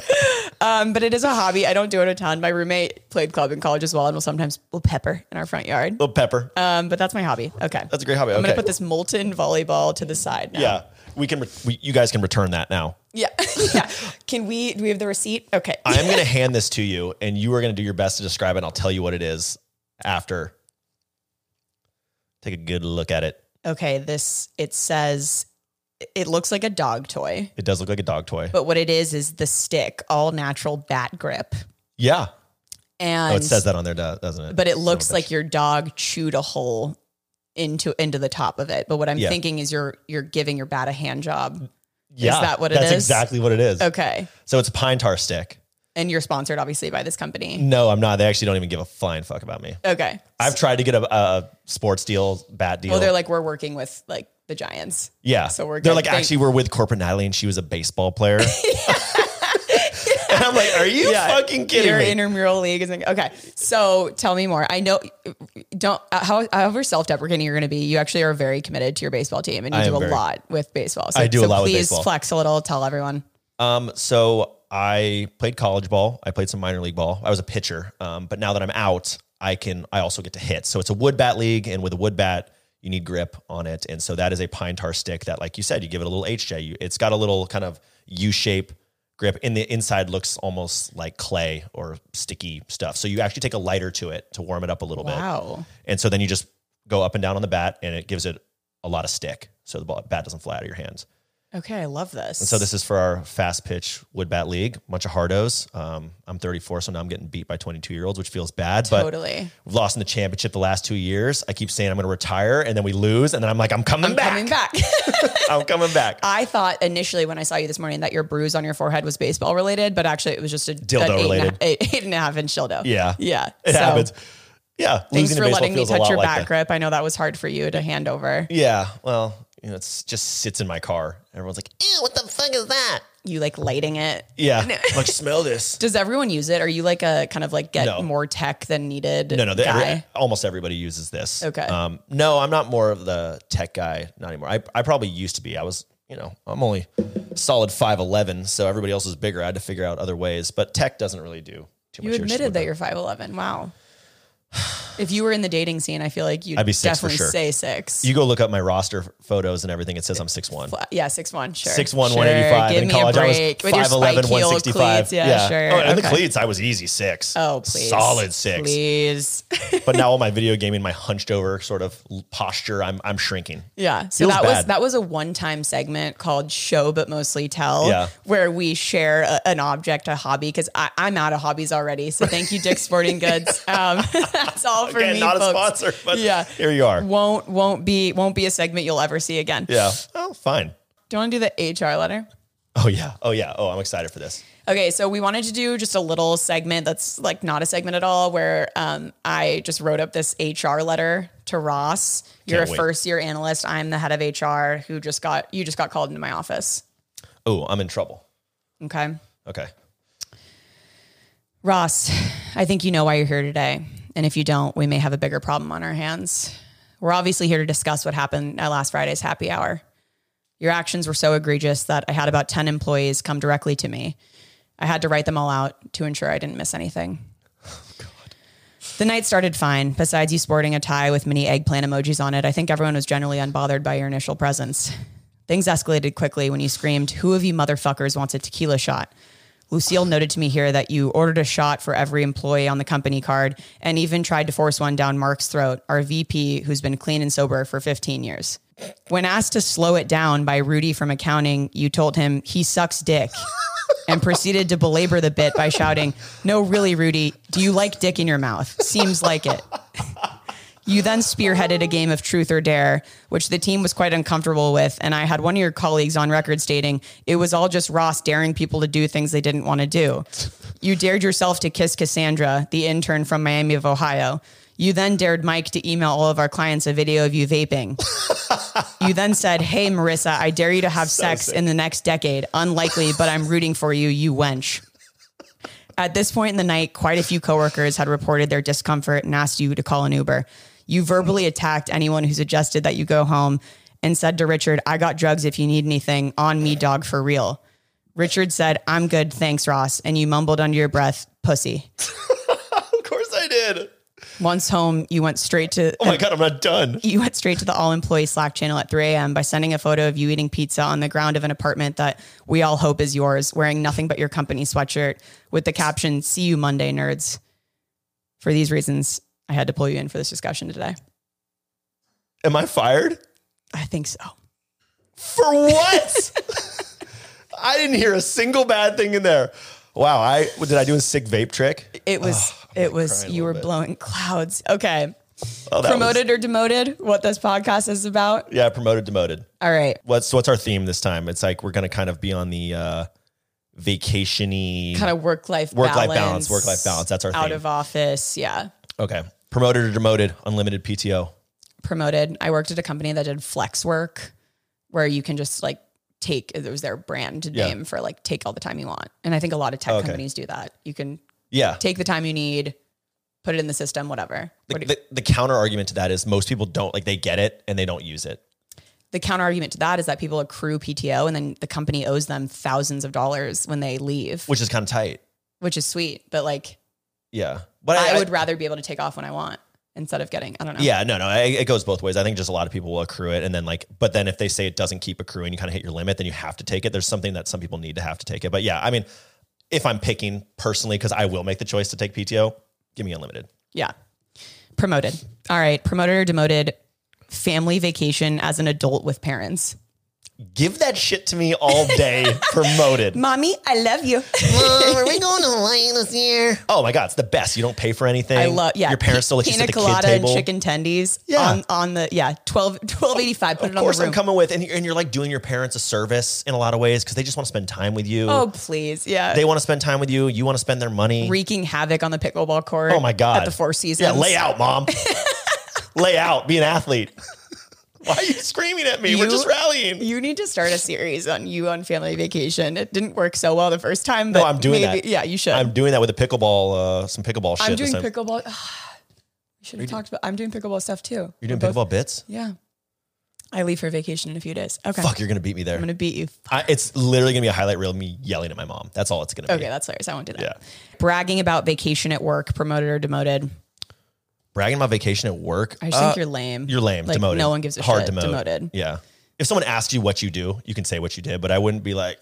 [SPEAKER 2] Um, but it is a hobby. I don't do it a ton. My roommate played club in college as well, and will sometimes will pepper in our front yard.
[SPEAKER 1] Little pepper.
[SPEAKER 2] Um, but that's my hobby. Okay.
[SPEAKER 1] That's a great hobby.
[SPEAKER 2] I'm
[SPEAKER 1] Okay.
[SPEAKER 2] gonna put this molten volleyball to the side. Now.
[SPEAKER 1] yeah. We can. Re- we, you guys can return that now.
[SPEAKER 2] Yeah. yeah. Can we? Do we have the receipt? Okay.
[SPEAKER 1] I'm going to hand this to you, and you are going to do your best to describe it. And I'll tell you what it is after. Take a good look at it.
[SPEAKER 2] okay. This it says it looks like a dog toy,
[SPEAKER 1] It does look like a dog toy.
[SPEAKER 2] but what it is is the stick, all natural bat grip.
[SPEAKER 1] Yeah.
[SPEAKER 2] And
[SPEAKER 1] Oh, it says that on there, do- doesn't it?
[SPEAKER 2] but it looks
[SPEAKER 1] bitch.
[SPEAKER 2] like your dog chewed a hole into into the top of it. But what I'm
[SPEAKER 1] Yeah.
[SPEAKER 2] thinking is you're you're giving your bat a hand job.
[SPEAKER 1] yeah,
[SPEAKER 2] that what it
[SPEAKER 1] that's
[SPEAKER 2] is?
[SPEAKER 1] exactly what it is.
[SPEAKER 2] Okay.
[SPEAKER 1] So it's a pine tar stick.
[SPEAKER 2] And you're sponsored obviously by this company.
[SPEAKER 1] No, I'm not. They actually don't even give a flying fuck about me.
[SPEAKER 2] Okay.
[SPEAKER 1] I've tried to get a, a sports deal, bat deal.
[SPEAKER 2] Well, they're like we're working with like the Giants.
[SPEAKER 1] yeah.
[SPEAKER 2] so we're
[SPEAKER 1] they're
[SPEAKER 2] good.
[SPEAKER 1] like,
[SPEAKER 2] They-
[SPEAKER 1] actually, we're with corporate Natalie, and she was a baseball player. and I'm like, are you fucking kidding
[SPEAKER 2] your
[SPEAKER 1] me?
[SPEAKER 2] intramural league is okay. So tell me more. I know don't how, however self-deprecating you're going to be. You actually are very committed to your baseball team, and you
[SPEAKER 1] I am
[SPEAKER 2] do a
[SPEAKER 1] very-
[SPEAKER 2] lot with baseball. So,
[SPEAKER 1] I do a
[SPEAKER 2] so
[SPEAKER 1] lot with
[SPEAKER 2] Please
[SPEAKER 1] baseball.
[SPEAKER 2] flex a little. Tell everyone.
[SPEAKER 1] Um, so I played college ball. I played some minor league ball. I was a pitcher. Um, but now that I'm out, I can I also get to hit. So it's a wood bat league, and with a wood bat, you need grip on it. And so that is a pine tar stick that, like you said, you give it a little HJ. You, it's got a little kind of U shape grip. In the inside looks almost like clay or sticky stuff. So you actually take a lighter to it to warm it up a little bit.
[SPEAKER 2] Wow.
[SPEAKER 1] And so then you just go up and down on the bat, and it gives it a lot of stick. So the ball, bat doesn't fly out of your hands.
[SPEAKER 2] Okay, I love this.
[SPEAKER 1] So this is for our fast pitch wood bat league, bunch of hardos. Um, I'm 34, so now I'm getting beat by 22 year olds, which feels bad. But
[SPEAKER 2] totally.
[SPEAKER 1] we've lost in the championship the last two years. I keep saying I'm going to retire, and then we lose, and then I'm like, I'm coming back.
[SPEAKER 2] Coming Uh, back.
[SPEAKER 1] I'm coming back.
[SPEAKER 2] I thought initially when I saw you this morning that your bruise on your forehead was baseball related, but actually it was just a
[SPEAKER 1] Dildo
[SPEAKER 2] an eight and a-
[SPEAKER 1] related.
[SPEAKER 2] eight, eight and a half inch dildo.
[SPEAKER 1] Yeah.
[SPEAKER 2] Yeah.
[SPEAKER 1] it
[SPEAKER 2] So,
[SPEAKER 1] happens. Yeah,
[SPEAKER 2] Thanks
[SPEAKER 1] to
[SPEAKER 2] for letting me
[SPEAKER 1] feels a
[SPEAKER 2] touch
[SPEAKER 1] lot
[SPEAKER 2] your
[SPEAKER 1] like
[SPEAKER 2] back
[SPEAKER 1] that.
[SPEAKER 2] grip. I know that was hard for you to hand over.
[SPEAKER 1] Yeah. Well, you know, it's just sits in my car. Everyone's like, ew, what the fuck is that?
[SPEAKER 2] You like lighting it.
[SPEAKER 1] Yeah. I'm like smell this.
[SPEAKER 2] Does everyone use it? Are you like a kind of like get
[SPEAKER 1] No.
[SPEAKER 2] more tech than needed?
[SPEAKER 1] No, no, the,
[SPEAKER 2] guy?
[SPEAKER 1] every, almost everybody uses this.
[SPEAKER 2] Okay.
[SPEAKER 1] Um, no, I'm not more of the tech guy, not anymore. I, I probably used to be. I was, you know, I'm only solid 5'11, so everybody else was bigger. I had to figure out other ways, but tech doesn't really do too
[SPEAKER 2] you
[SPEAKER 1] much. here.
[SPEAKER 2] admitted that you're 5'11. Wow. If you were in the dating scene, I feel like you'd
[SPEAKER 1] I'd be six for
[SPEAKER 2] definitely
[SPEAKER 1] sure.
[SPEAKER 2] say six.
[SPEAKER 1] You go look up my roster photos and everything. It says I'm 6'1.
[SPEAKER 2] Fla- yeah, six one, sure.
[SPEAKER 1] Six one
[SPEAKER 2] Sure,
[SPEAKER 1] one eighty five
[SPEAKER 2] Give
[SPEAKER 1] in
[SPEAKER 2] me
[SPEAKER 1] college.
[SPEAKER 2] a
[SPEAKER 1] I was
[SPEAKER 2] break. With your
[SPEAKER 1] 5'11",
[SPEAKER 2] spike-heeled
[SPEAKER 1] 165.
[SPEAKER 2] cleats, Yeah, sure.
[SPEAKER 1] Oh, and the
[SPEAKER 2] Okay.
[SPEAKER 1] cleats, I was easy six.
[SPEAKER 2] Oh, please.
[SPEAKER 1] Solid six.
[SPEAKER 2] Please.
[SPEAKER 1] But now all my video gaming, my hunched over sort of l- posture, I'm I'm shrinking.
[SPEAKER 2] Yeah. So
[SPEAKER 1] Feels
[SPEAKER 2] that was
[SPEAKER 1] bad.
[SPEAKER 2] that was a one-time segment called Show but Mostly Tell,
[SPEAKER 1] Yeah.
[SPEAKER 2] where we share a, an object, a hobby, because I'm out of hobbies already. So thank you, Dick's Sporting Goods. Um, that's all for
[SPEAKER 1] Again,
[SPEAKER 2] me,
[SPEAKER 1] not
[SPEAKER 2] folks.
[SPEAKER 1] a sponsor, but
[SPEAKER 2] Yeah.
[SPEAKER 1] here you are.
[SPEAKER 2] Won't won't be won't be a segment you'll ever see again.
[SPEAKER 1] Yeah. Oh, fine.
[SPEAKER 2] Do you want to do the HR letter?
[SPEAKER 1] Oh yeah. Oh yeah. Oh, I'm excited for this.
[SPEAKER 2] Okay, so we wanted to do just a little segment that's like not a segment at all, where um, I just wrote up this HR letter to Ross. You're
[SPEAKER 1] Can't
[SPEAKER 2] a
[SPEAKER 1] wait.
[SPEAKER 2] first year analyst. I'm the head of HR who just got you just got called into my office.
[SPEAKER 1] Oh, I'm in trouble.
[SPEAKER 2] Okay.
[SPEAKER 1] Okay.
[SPEAKER 2] Ross, I think you know why you're here today. And if you don't, we may have a bigger problem on our hands. We're obviously here to discuss what happened at last Friday's happy hour. Your actions were so egregious that I had about 10 employees come directly to me. I had to write them all out to ensure I didn't miss anything. The night started fine. Besides you sporting a tie with many eggplant emojis on it, I think everyone was generally unbothered by your initial presence. Things escalated quickly when you screamed, Who of you motherfuckers wants a tequila shot? Lucille noted to me here that you ordered a shot for every employee on the company card and even tried to force one down Mark's throat, our VP, who's been clean and sober for 15 years. When asked to slow it down by Rudy from accounting, you told him he sucks dick and proceeded to belabor the bit by shouting, No, really, Rudy, do you like dick in your mouth? Seems like it. You then spearheaded a game of truth or dare, which the team was quite uncomfortable with. And I had one of your colleagues on record stating it was all just Ross daring people to do things they didn't want to do. You dared yourself to kiss Cassandra, the intern from Miami of Ohio. You then dared Mike to email all of our clients a video of you vaping. you then said, Hey, Marissa, I dare you to have sex
[SPEAKER 1] sick.
[SPEAKER 2] in the next decade. Unlikely, but I'm rooting for you, you wench. At this point in the night, quite a few coworkers had reported their discomfort and asked you to call an Uber. You verbally attacked anyone who suggested that you go home and said to Richard, I got drugs if you need anything, on me, dog, for real. Richard said, I'm good, thanks, Ross. And you mumbled under your breath, pussy.
[SPEAKER 1] Of course I did.
[SPEAKER 2] Once home, you went straight to
[SPEAKER 1] Oh my god, I'm not done.
[SPEAKER 2] you went straight to the all employee Slack channel at 3 a.m. by sending a photo of you eating pizza on the ground of an apartment that we all hope is yours, wearing nothing but your company sweatshirt with the caption, See you Monday, nerds. For these reasons, I had to pull you in for this discussion today.
[SPEAKER 1] Am I fired?
[SPEAKER 2] I think so.
[SPEAKER 1] For what? I didn't hear a single bad thing in there. Wow, I what did I do a sick vape trick?
[SPEAKER 2] It was, it was,
[SPEAKER 1] Oh, cry a
[SPEAKER 2] you
[SPEAKER 1] little
[SPEAKER 2] were
[SPEAKER 1] bit.
[SPEAKER 2] blowing clouds. Okay.
[SPEAKER 1] Oh, that was-
[SPEAKER 2] Promoted or demoted, what this podcast is about.
[SPEAKER 1] yeah, promoted, demoted.
[SPEAKER 2] All right.
[SPEAKER 1] What's what's our theme this time? It's like we're gonna kind of be on the uh vacationy.
[SPEAKER 2] Kind of work life
[SPEAKER 1] Work-life balance, work-life balance. That's our
[SPEAKER 2] out
[SPEAKER 1] theme.
[SPEAKER 2] of office. Yeah.
[SPEAKER 1] okay, promoted or demoted, unlimited PTO.
[SPEAKER 2] promoted. I worked at a company that did flex work where you can just like take it was their brand
[SPEAKER 1] Yeah.
[SPEAKER 2] name for like take all the time you want. And I think a lot of tech
[SPEAKER 1] Okay.
[SPEAKER 2] companies do that. You can
[SPEAKER 1] Yeah,
[SPEAKER 2] take the time you need, put it in the system, whatever.
[SPEAKER 1] the,
[SPEAKER 2] What do-
[SPEAKER 1] the, the counter argument to that is most people don't like they get it and they don't use it.
[SPEAKER 2] the counter argument to that is that people accrue PTO and then the company owes them thousands of dollars when they leave, which,
[SPEAKER 1] which is kind of tight.
[SPEAKER 2] is sweet. But like
[SPEAKER 1] Yeah, but
[SPEAKER 2] I, would rather be able to take off when I want instead of getting I don't know.
[SPEAKER 1] Yeah, no, no, I- it goes both ways. I think just a lot of people will accrue it, and then like, but then if they say it doesn't keep accruing, you kind of hit your limit, then you have to take it. There's something that some people need to have to take it. But yeah, I mean, if I'm picking personally, because I will make the choice to take PTO, give me unlimited.
[SPEAKER 2] Yeah. Promoted. All right. Promoted or demoted family vacation as an adult with parents.
[SPEAKER 1] Give that shit to me all day. promoted.
[SPEAKER 2] Mommy, I love you.
[SPEAKER 3] Mom, are we going to Hawaii this year?
[SPEAKER 1] Oh my god, it's the best. You don't pay for anything.
[SPEAKER 2] I love yeah.
[SPEAKER 1] Your parents still let you
[SPEAKER 2] pina
[SPEAKER 1] sit at the kid
[SPEAKER 2] colada
[SPEAKER 1] table.
[SPEAKER 2] and chicken tendies.
[SPEAKER 1] Yeah.
[SPEAKER 2] on, on the yeah 12, 1285. Put it
[SPEAKER 1] of
[SPEAKER 2] on
[SPEAKER 1] course,
[SPEAKER 2] the
[SPEAKER 1] I'm
[SPEAKER 2] room.
[SPEAKER 1] coming with, and you're, and you're like doing your parents a service in a lot of ways because they just want to spend time with you.
[SPEAKER 2] oh please, yeah.
[SPEAKER 1] They want to spend time with you. You want to spend their money.
[SPEAKER 2] wreaking havoc on the pickleball court.
[SPEAKER 1] Oh my god!
[SPEAKER 2] at the Four Seasons.
[SPEAKER 1] Yeah, lay out, mom. lay out. Be an athlete. Why are you screaming at me? We're
[SPEAKER 2] You-
[SPEAKER 1] just rallying.
[SPEAKER 2] You need to start a series on you on family vacation. It didn't work so well the first time, but
[SPEAKER 1] no, I'm doing
[SPEAKER 2] maybe,
[SPEAKER 1] that.
[SPEAKER 2] Yeah, you should.
[SPEAKER 1] I'm
[SPEAKER 2] I'm,
[SPEAKER 1] doing that with a pickleball. Uh, some pickleball shit. this
[SPEAKER 2] doing
[SPEAKER 1] time.
[SPEAKER 2] pickleball. we should have talked about. I'm doing pickleball stuff too.
[SPEAKER 1] You're doing
[SPEAKER 2] We're both-
[SPEAKER 1] pickleball bits.
[SPEAKER 2] Yeah, I leave for vacation in a few days. Okay,
[SPEAKER 1] Fuck, you're gonna beat me there.
[SPEAKER 2] I'm gonna beat you.
[SPEAKER 1] I, it's literally gonna be a highlight reel of me yelling at my mom. That's all it's gonna be.
[SPEAKER 2] Okay, that's hilarious. I won't do that.
[SPEAKER 1] Yeah.
[SPEAKER 2] Bragging about vacation at work, promoted or demoted.
[SPEAKER 1] bragging about vacation at work.
[SPEAKER 2] I just
[SPEAKER 1] uh,
[SPEAKER 2] think you're lame.
[SPEAKER 1] you're lame.
[SPEAKER 2] Like,
[SPEAKER 1] demoted.
[SPEAKER 2] No one gives a
[SPEAKER 1] Hard
[SPEAKER 2] shit.
[SPEAKER 1] demote.
[SPEAKER 2] Demoted.
[SPEAKER 1] Yeah. If someone asks you what you do, you can say what you did, but I wouldn't be like,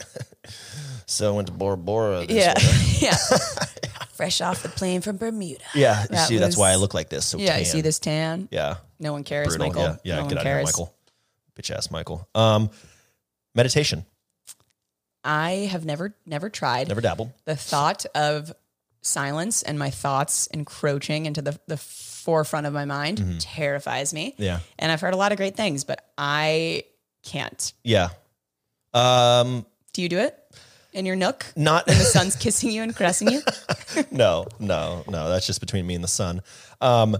[SPEAKER 1] so I went to Bora Bora. This
[SPEAKER 2] Yeah.
[SPEAKER 1] week."
[SPEAKER 2] yeah. Fresh off the plane from Bermuda.
[SPEAKER 1] Yeah. You
[SPEAKER 2] That
[SPEAKER 1] see, that's why I
[SPEAKER 2] was-
[SPEAKER 1] look like this. So
[SPEAKER 2] Yeah, you
[SPEAKER 1] tan.
[SPEAKER 2] see this tan?
[SPEAKER 1] Yeah.
[SPEAKER 2] No one cares,
[SPEAKER 1] Brutal.
[SPEAKER 2] Michael.
[SPEAKER 1] Yeah. Yeah.
[SPEAKER 2] no
[SPEAKER 1] Get
[SPEAKER 2] one
[SPEAKER 1] out of here,
[SPEAKER 2] cares.
[SPEAKER 1] Michael. Bitch ass Michael. Um, meditation.
[SPEAKER 2] I have never, never tried.
[SPEAKER 1] Never dabbled.
[SPEAKER 2] The thought of silence and my thoughts encroaching into the, the forefront of my mind
[SPEAKER 1] Mm-hmm.
[SPEAKER 2] terrifies me.
[SPEAKER 1] Yeah.
[SPEAKER 2] And I've heard a lot of great things, but I can't.
[SPEAKER 1] Yeah. Um,
[SPEAKER 2] Do you do it in your nook?
[SPEAKER 1] not
[SPEAKER 2] The sun's kissing you and caressing you?
[SPEAKER 1] no, no, no. That's just between me and the sun. Um,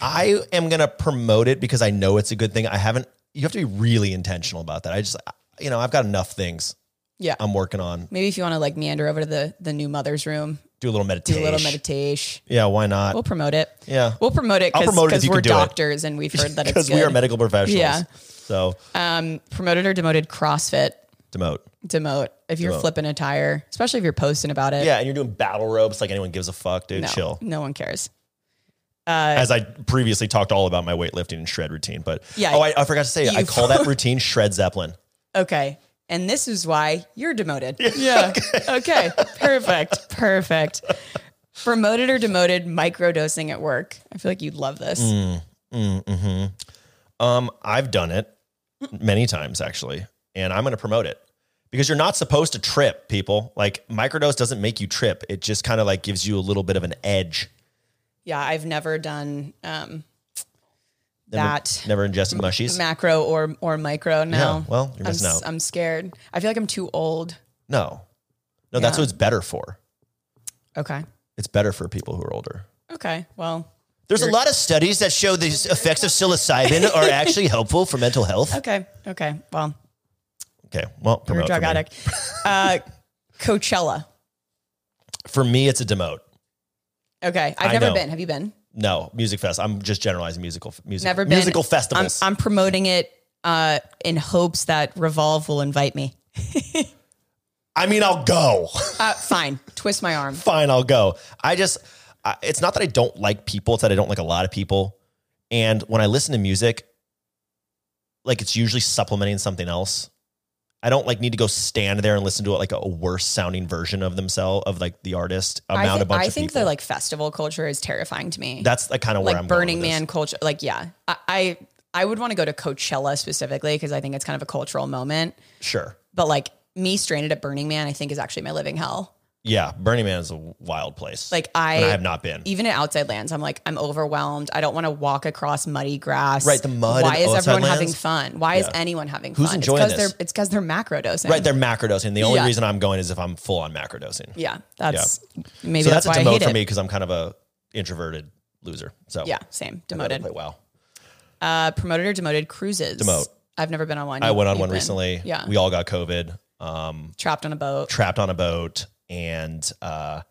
[SPEAKER 1] I am gonna promote it because I know it's a good thing. I haven't. You have to be really intentional about that. I just, you know, I've got enough things
[SPEAKER 2] Yeah.
[SPEAKER 1] I'm working on.
[SPEAKER 2] Maybe if you want to like meander over to the, the new mother's room,
[SPEAKER 1] Do a little
[SPEAKER 2] do
[SPEAKER 1] meditation.
[SPEAKER 2] a little meditation.
[SPEAKER 1] yeah, why not?
[SPEAKER 2] We'll promote it.
[SPEAKER 1] yeah,
[SPEAKER 2] We'll promote it
[SPEAKER 1] I'll promote it if
[SPEAKER 2] because
[SPEAKER 1] you can
[SPEAKER 2] we're
[SPEAKER 1] do it.
[SPEAKER 2] doctors and we've heard that it's
[SPEAKER 1] because
[SPEAKER 2] good.
[SPEAKER 1] we are medical professionals.
[SPEAKER 2] Yeah.
[SPEAKER 1] So
[SPEAKER 2] um, promoted or demoted CrossFit,
[SPEAKER 1] demote.
[SPEAKER 2] demote. If you're
[SPEAKER 1] Demote.
[SPEAKER 2] flipping a tire, especially if you're posting about it,
[SPEAKER 1] Yeah, and you're doing battle ropes like anyone gives a fuck, dude.
[SPEAKER 2] no,
[SPEAKER 1] Chill.
[SPEAKER 2] no one cares. Uh,
[SPEAKER 1] As I previously talked all about my weightlifting and shred routine, but
[SPEAKER 2] Yeah.
[SPEAKER 1] Oh, I, I forgot to say, I
[SPEAKER 2] You've-
[SPEAKER 1] call that routine shred Zeppelin.
[SPEAKER 2] Okay. And this is why you're demoted. Yeah. Okay. Perfect. Perfect. Promoted or demoted microdosing at work. I feel like you'd love this.
[SPEAKER 1] Mm. Um, I've done it many times actually, and I'm going to promote it because you're not supposed to trip people. Like microdose doesn't make you trip. It just kind of like gives you a little bit of an edge.
[SPEAKER 2] Yeah. I've never done um,
[SPEAKER 1] Never-
[SPEAKER 2] that
[SPEAKER 1] never ingested mushies.
[SPEAKER 2] macro or, or micro. No.
[SPEAKER 1] Yeah, well, you're
[SPEAKER 2] I'm,
[SPEAKER 1] missing
[SPEAKER 2] s-
[SPEAKER 1] out.
[SPEAKER 2] I'm scared. I feel like I'm too old.
[SPEAKER 1] no, no, that's
[SPEAKER 2] Yeah.
[SPEAKER 1] what it's better for.
[SPEAKER 2] Okay.
[SPEAKER 1] It's better for people who are older.
[SPEAKER 2] Okay. Well,
[SPEAKER 1] There's a lot of studies that show the effects of psilocybin are actually helpful for mental health.
[SPEAKER 2] okay. Okay. Well,
[SPEAKER 1] Okay, well,
[SPEAKER 2] you're
[SPEAKER 1] promote
[SPEAKER 2] a drug
[SPEAKER 1] for me.
[SPEAKER 2] addict. Uh, Coachella.
[SPEAKER 1] For me, it's a demote.
[SPEAKER 2] Okay. I've
[SPEAKER 1] I
[SPEAKER 2] never
[SPEAKER 1] know.
[SPEAKER 2] been. Have you been?
[SPEAKER 1] No, music fest. I'm just generalizing musical music.
[SPEAKER 2] Never been.
[SPEAKER 1] musical
[SPEAKER 2] I'm,
[SPEAKER 1] festivals.
[SPEAKER 2] I'm promoting it uh, in hopes that Revolve will invite me.
[SPEAKER 1] I mean, I'll go.
[SPEAKER 2] Uh, fine. Twist my arm.
[SPEAKER 1] fine, I'll go. I just, I, it's not that I don't like people. It's that I don't like a lot of people. And when I listen to music, like it's usually supplementing something else. I don't like need to go stand there and listen to it like a worse sounding version of themselves of like the artist. Amount
[SPEAKER 2] I,
[SPEAKER 1] a
[SPEAKER 2] thi-
[SPEAKER 1] bunch
[SPEAKER 2] I
[SPEAKER 1] of
[SPEAKER 2] think
[SPEAKER 1] people.
[SPEAKER 2] the like festival culture is terrifying to me.
[SPEAKER 1] that's like kind of where
[SPEAKER 2] like
[SPEAKER 1] I'm
[SPEAKER 2] Burning
[SPEAKER 1] going with this.
[SPEAKER 2] Man culture. Like, yeah, I, I, I would want to go to Coachella specifically because I think it's kind of a cultural moment.
[SPEAKER 1] Sure,
[SPEAKER 2] But like me stranded at Burning Man, I think is actually my living hell.
[SPEAKER 1] yeah, Burning Man is a wild place.
[SPEAKER 2] Like
[SPEAKER 1] and I
[SPEAKER 2] I,
[SPEAKER 1] have not been.
[SPEAKER 2] even at Outside Lands, I'm like I'm overwhelmed. I don't want to walk across muddy grass.
[SPEAKER 1] Right, the mud
[SPEAKER 2] Why
[SPEAKER 1] in
[SPEAKER 2] is
[SPEAKER 1] Outside
[SPEAKER 2] everyone
[SPEAKER 1] Lands?
[SPEAKER 2] having fun? Why is
[SPEAKER 1] Yeah.
[SPEAKER 2] anyone having
[SPEAKER 1] Who's
[SPEAKER 2] fun?
[SPEAKER 1] enjoying
[SPEAKER 2] it's
[SPEAKER 1] this?
[SPEAKER 2] They're, it's because they're macrodosing.
[SPEAKER 1] Right, they're macrodosing. The only
[SPEAKER 2] Yeah.
[SPEAKER 1] reason I'm going is if I'm full on macrodosing.
[SPEAKER 2] Yeah, that's maybe
[SPEAKER 1] so
[SPEAKER 2] that's,
[SPEAKER 1] that's, a
[SPEAKER 2] why I
[SPEAKER 1] demote
[SPEAKER 2] hate
[SPEAKER 1] for
[SPEAKER 2] it.
[SPEAKER 1] me because I'm kind of a introverted loser. So
[SPEAKER 2] Yeah, same.
[SPEAKER 1] I'd rather
[SPEAKER 2] Demoted.
[SPEAKER 1] play WoW.
[SPEAKER 2] Uh, promoted or demoted cruises.
[SPEAKER 1] Demote.
[SPEAKER 2] I've never been on one.
[SPEAKER 1] I
[SPEAKER 2] You've-
[SPEAKER 1] went on
[SPEAKER 2] you've
[SPEAKER 1] one
[SPEAKER 2] been.
[SPEAKER 1] recently.
[SPEAKER 2] Yeah.
[SPEAKER 1] We all got COVID, um,
[SPEAKER 2] Trapped on a boat.
[SPEAKER 1] trapped on a boat, and uh,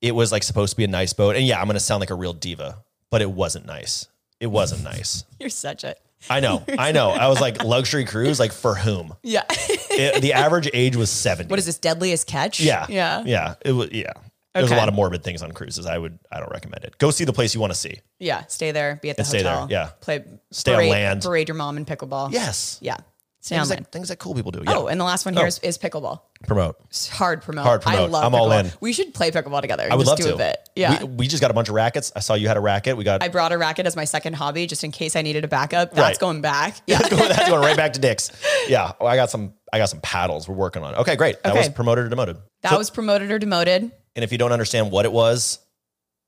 [SPEAKER 1] it was like supposed to be a nice boat. And yeah, I'm going to sound like a real diva, but it wasn't nice. It wasn't nice.
[SPEAKER 2] You're such a.
[SPEAKER 1] I know. I know. I was like, luxury cruise, like for whom?
[SPEAKER 2] Yeah.
[SPEAKER 1] It, the average age was 70.
[SPEAKER 2] what is this? Deadliest catch?
[SPEAKER 1] Yeah.
[SPEAKER 2] Yeah.
[SPEAKER 1] Yeah. It was, yeah. There's a
[SPEAKER 2] Okay.
[SPEAKER 1] lot of morbid things on cruises. I would, I don't recommend it. Go see the place you want to see.
[SPEAKER 2] Yeah. Stay there. Be at the
[SPEAKER 1] And stay there,
[SPEAKER 2] hotel.
[SPEAKER 1] yeah.
[SPEAKER 2] Play.
[SPEAKER 1] Stay on
[SPEAKER 2] parade,
[SPEAKER 1] land.
[SPEAKER 2] Parade your mom in pickleball.
[SPEAKER 1] Yes.
[SPEAKER 2] Yeah. Stay on
[SPEAKER 1] Things
[SPEAKER 2] land.
[SPEAKER 1] that, things that cool people do. Yeah.
[SPEAKER 2] Oh, and the last one here is is pickleball.
[SPEAKER 1] Promote.
[SPEAKER 2] It's hard promote.
[SPEAKER 1] Hard promote.
[SPEAKER 2] I love
[SPEAKER 1] I'm all
[SPEAKER 2] pickleball.
[SPEAKER 1] in.
[SPEAKER 2] We should play pickleball together. And
[SPEAKER 1] I would
[SPEAKER 2] just
[SPEAKER 1] love
[SPEAKER 2] do
[SPEAKER 1] to.
[SPEAKER 2] a bit. Yeah.
[SPEAKER 1] We, we just got a bunch of rackets. I saw you had a racket. We got
[SPEAKER 2] I brought a racket as my second hobby just in case I needed a backup. That's
[SPEAKER 1] Right.
[SPEAKER 2] going back. Yeah.
[SPEAKER 1] that's going, that's going right back to dicks. Yeah. Oh, I got some. I got some paddles. We're working on. it. Okay, great. That
[SPEAKER 2] Okay.
[SPEAKER 1] was promoted or demoted.
[SPEAKER 2] That
[SPEAKER 1] So-
[SPEAKER 2] was promoted or demoted.
[SPEAKER 1] And if you don't understand what it was,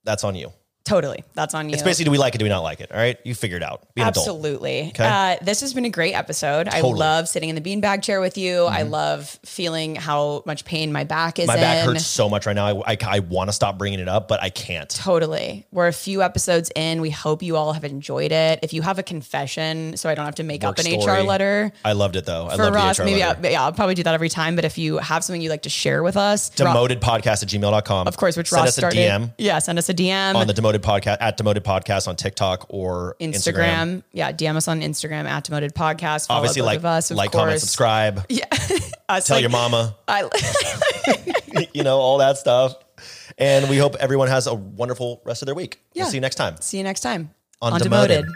[SPEAKER 1] that's on you.
[SPEAKER 2] Totally. That's on you.
[SPEAKER 1] It's basically do we like it? Do we not like it? All right, you figure it out. Be an adult.
[SPEAKER 2] Absolutely. Uh, this has been a great episode. I
[SPEAKER 1] Totally. Mm-hmm.
[SPEAKER 2] love sitting in the beanbag chair with you. I love feeling how much pain my back is
[SPEAKER 1] My
[SPEAKER 2] in.
[SPEAKER 1] back hurts so much right now. I, I, I want to stop bringing it up, but I can't.
[SPEAKER 2] Totally. We're a few episodes in. We hope you all have enjoyed it. If you have a confession, so I don't have to make
[SPEAKER 1] Work
[SPEAKER 2] up an
[SPEAKER 1] story.
[SPEAKER 2] HR letter
[SPEAKER 1] I loved it though. I
[SPEAKER 2] for
[SPEAKER 1] loved
[SPEAKER 2] Ross,
[SPEAKER 1] the HR
[SPEAKER 2] maybe
[SPEAKER 1] letter.
[SPEAKER 2] I, yeah, I'll probably do that every time. But if you have something you'd like to share with us, Ro-
[SPEAKER 1] Demoted podcast at gmail.com.
[SPEAKER 2] of course, which
[SPEAKER 1] Send
[SPEAKER 2] Ross
[SPEAKER 1] us a
[SPEAKER 2] started.
[SPEAKER 1] DM
[SPEAKER 2] Yeah, send us a DM
[SPEAKER 1] on the demoted podcast at demoted podcast on TikTok or Instagram.
[SPEAKER 2] Instagram. Yeah, DM us on Instagram at Demoted Podcast. Follow
[SPEAKER 1] Obviously,
[SPEAKER 2] both
[SPEAKER 1] like
[SPEAKER 2] of us, of
[SPEAKER 1] like,
[SPEAKER 2] course.
[SPEAKER 1] comment, subscribe.
[SPEAKER 2] Yeah, Us,
[SPEAKER 1] Tell
[SPEAKER 2] like-
[SPEAKER 1] your mama.
[SPEAKER 2] I,
[SPEAKER 1] you know, all that stuff. And we hope everyone has a wonderful rest of their week.
[SPEAKER 2] Yeah.
[SPEAKER 1] We'll see you next time.
[SPEAKER 2] See you next time
[SPEAKER 1] On Demoted.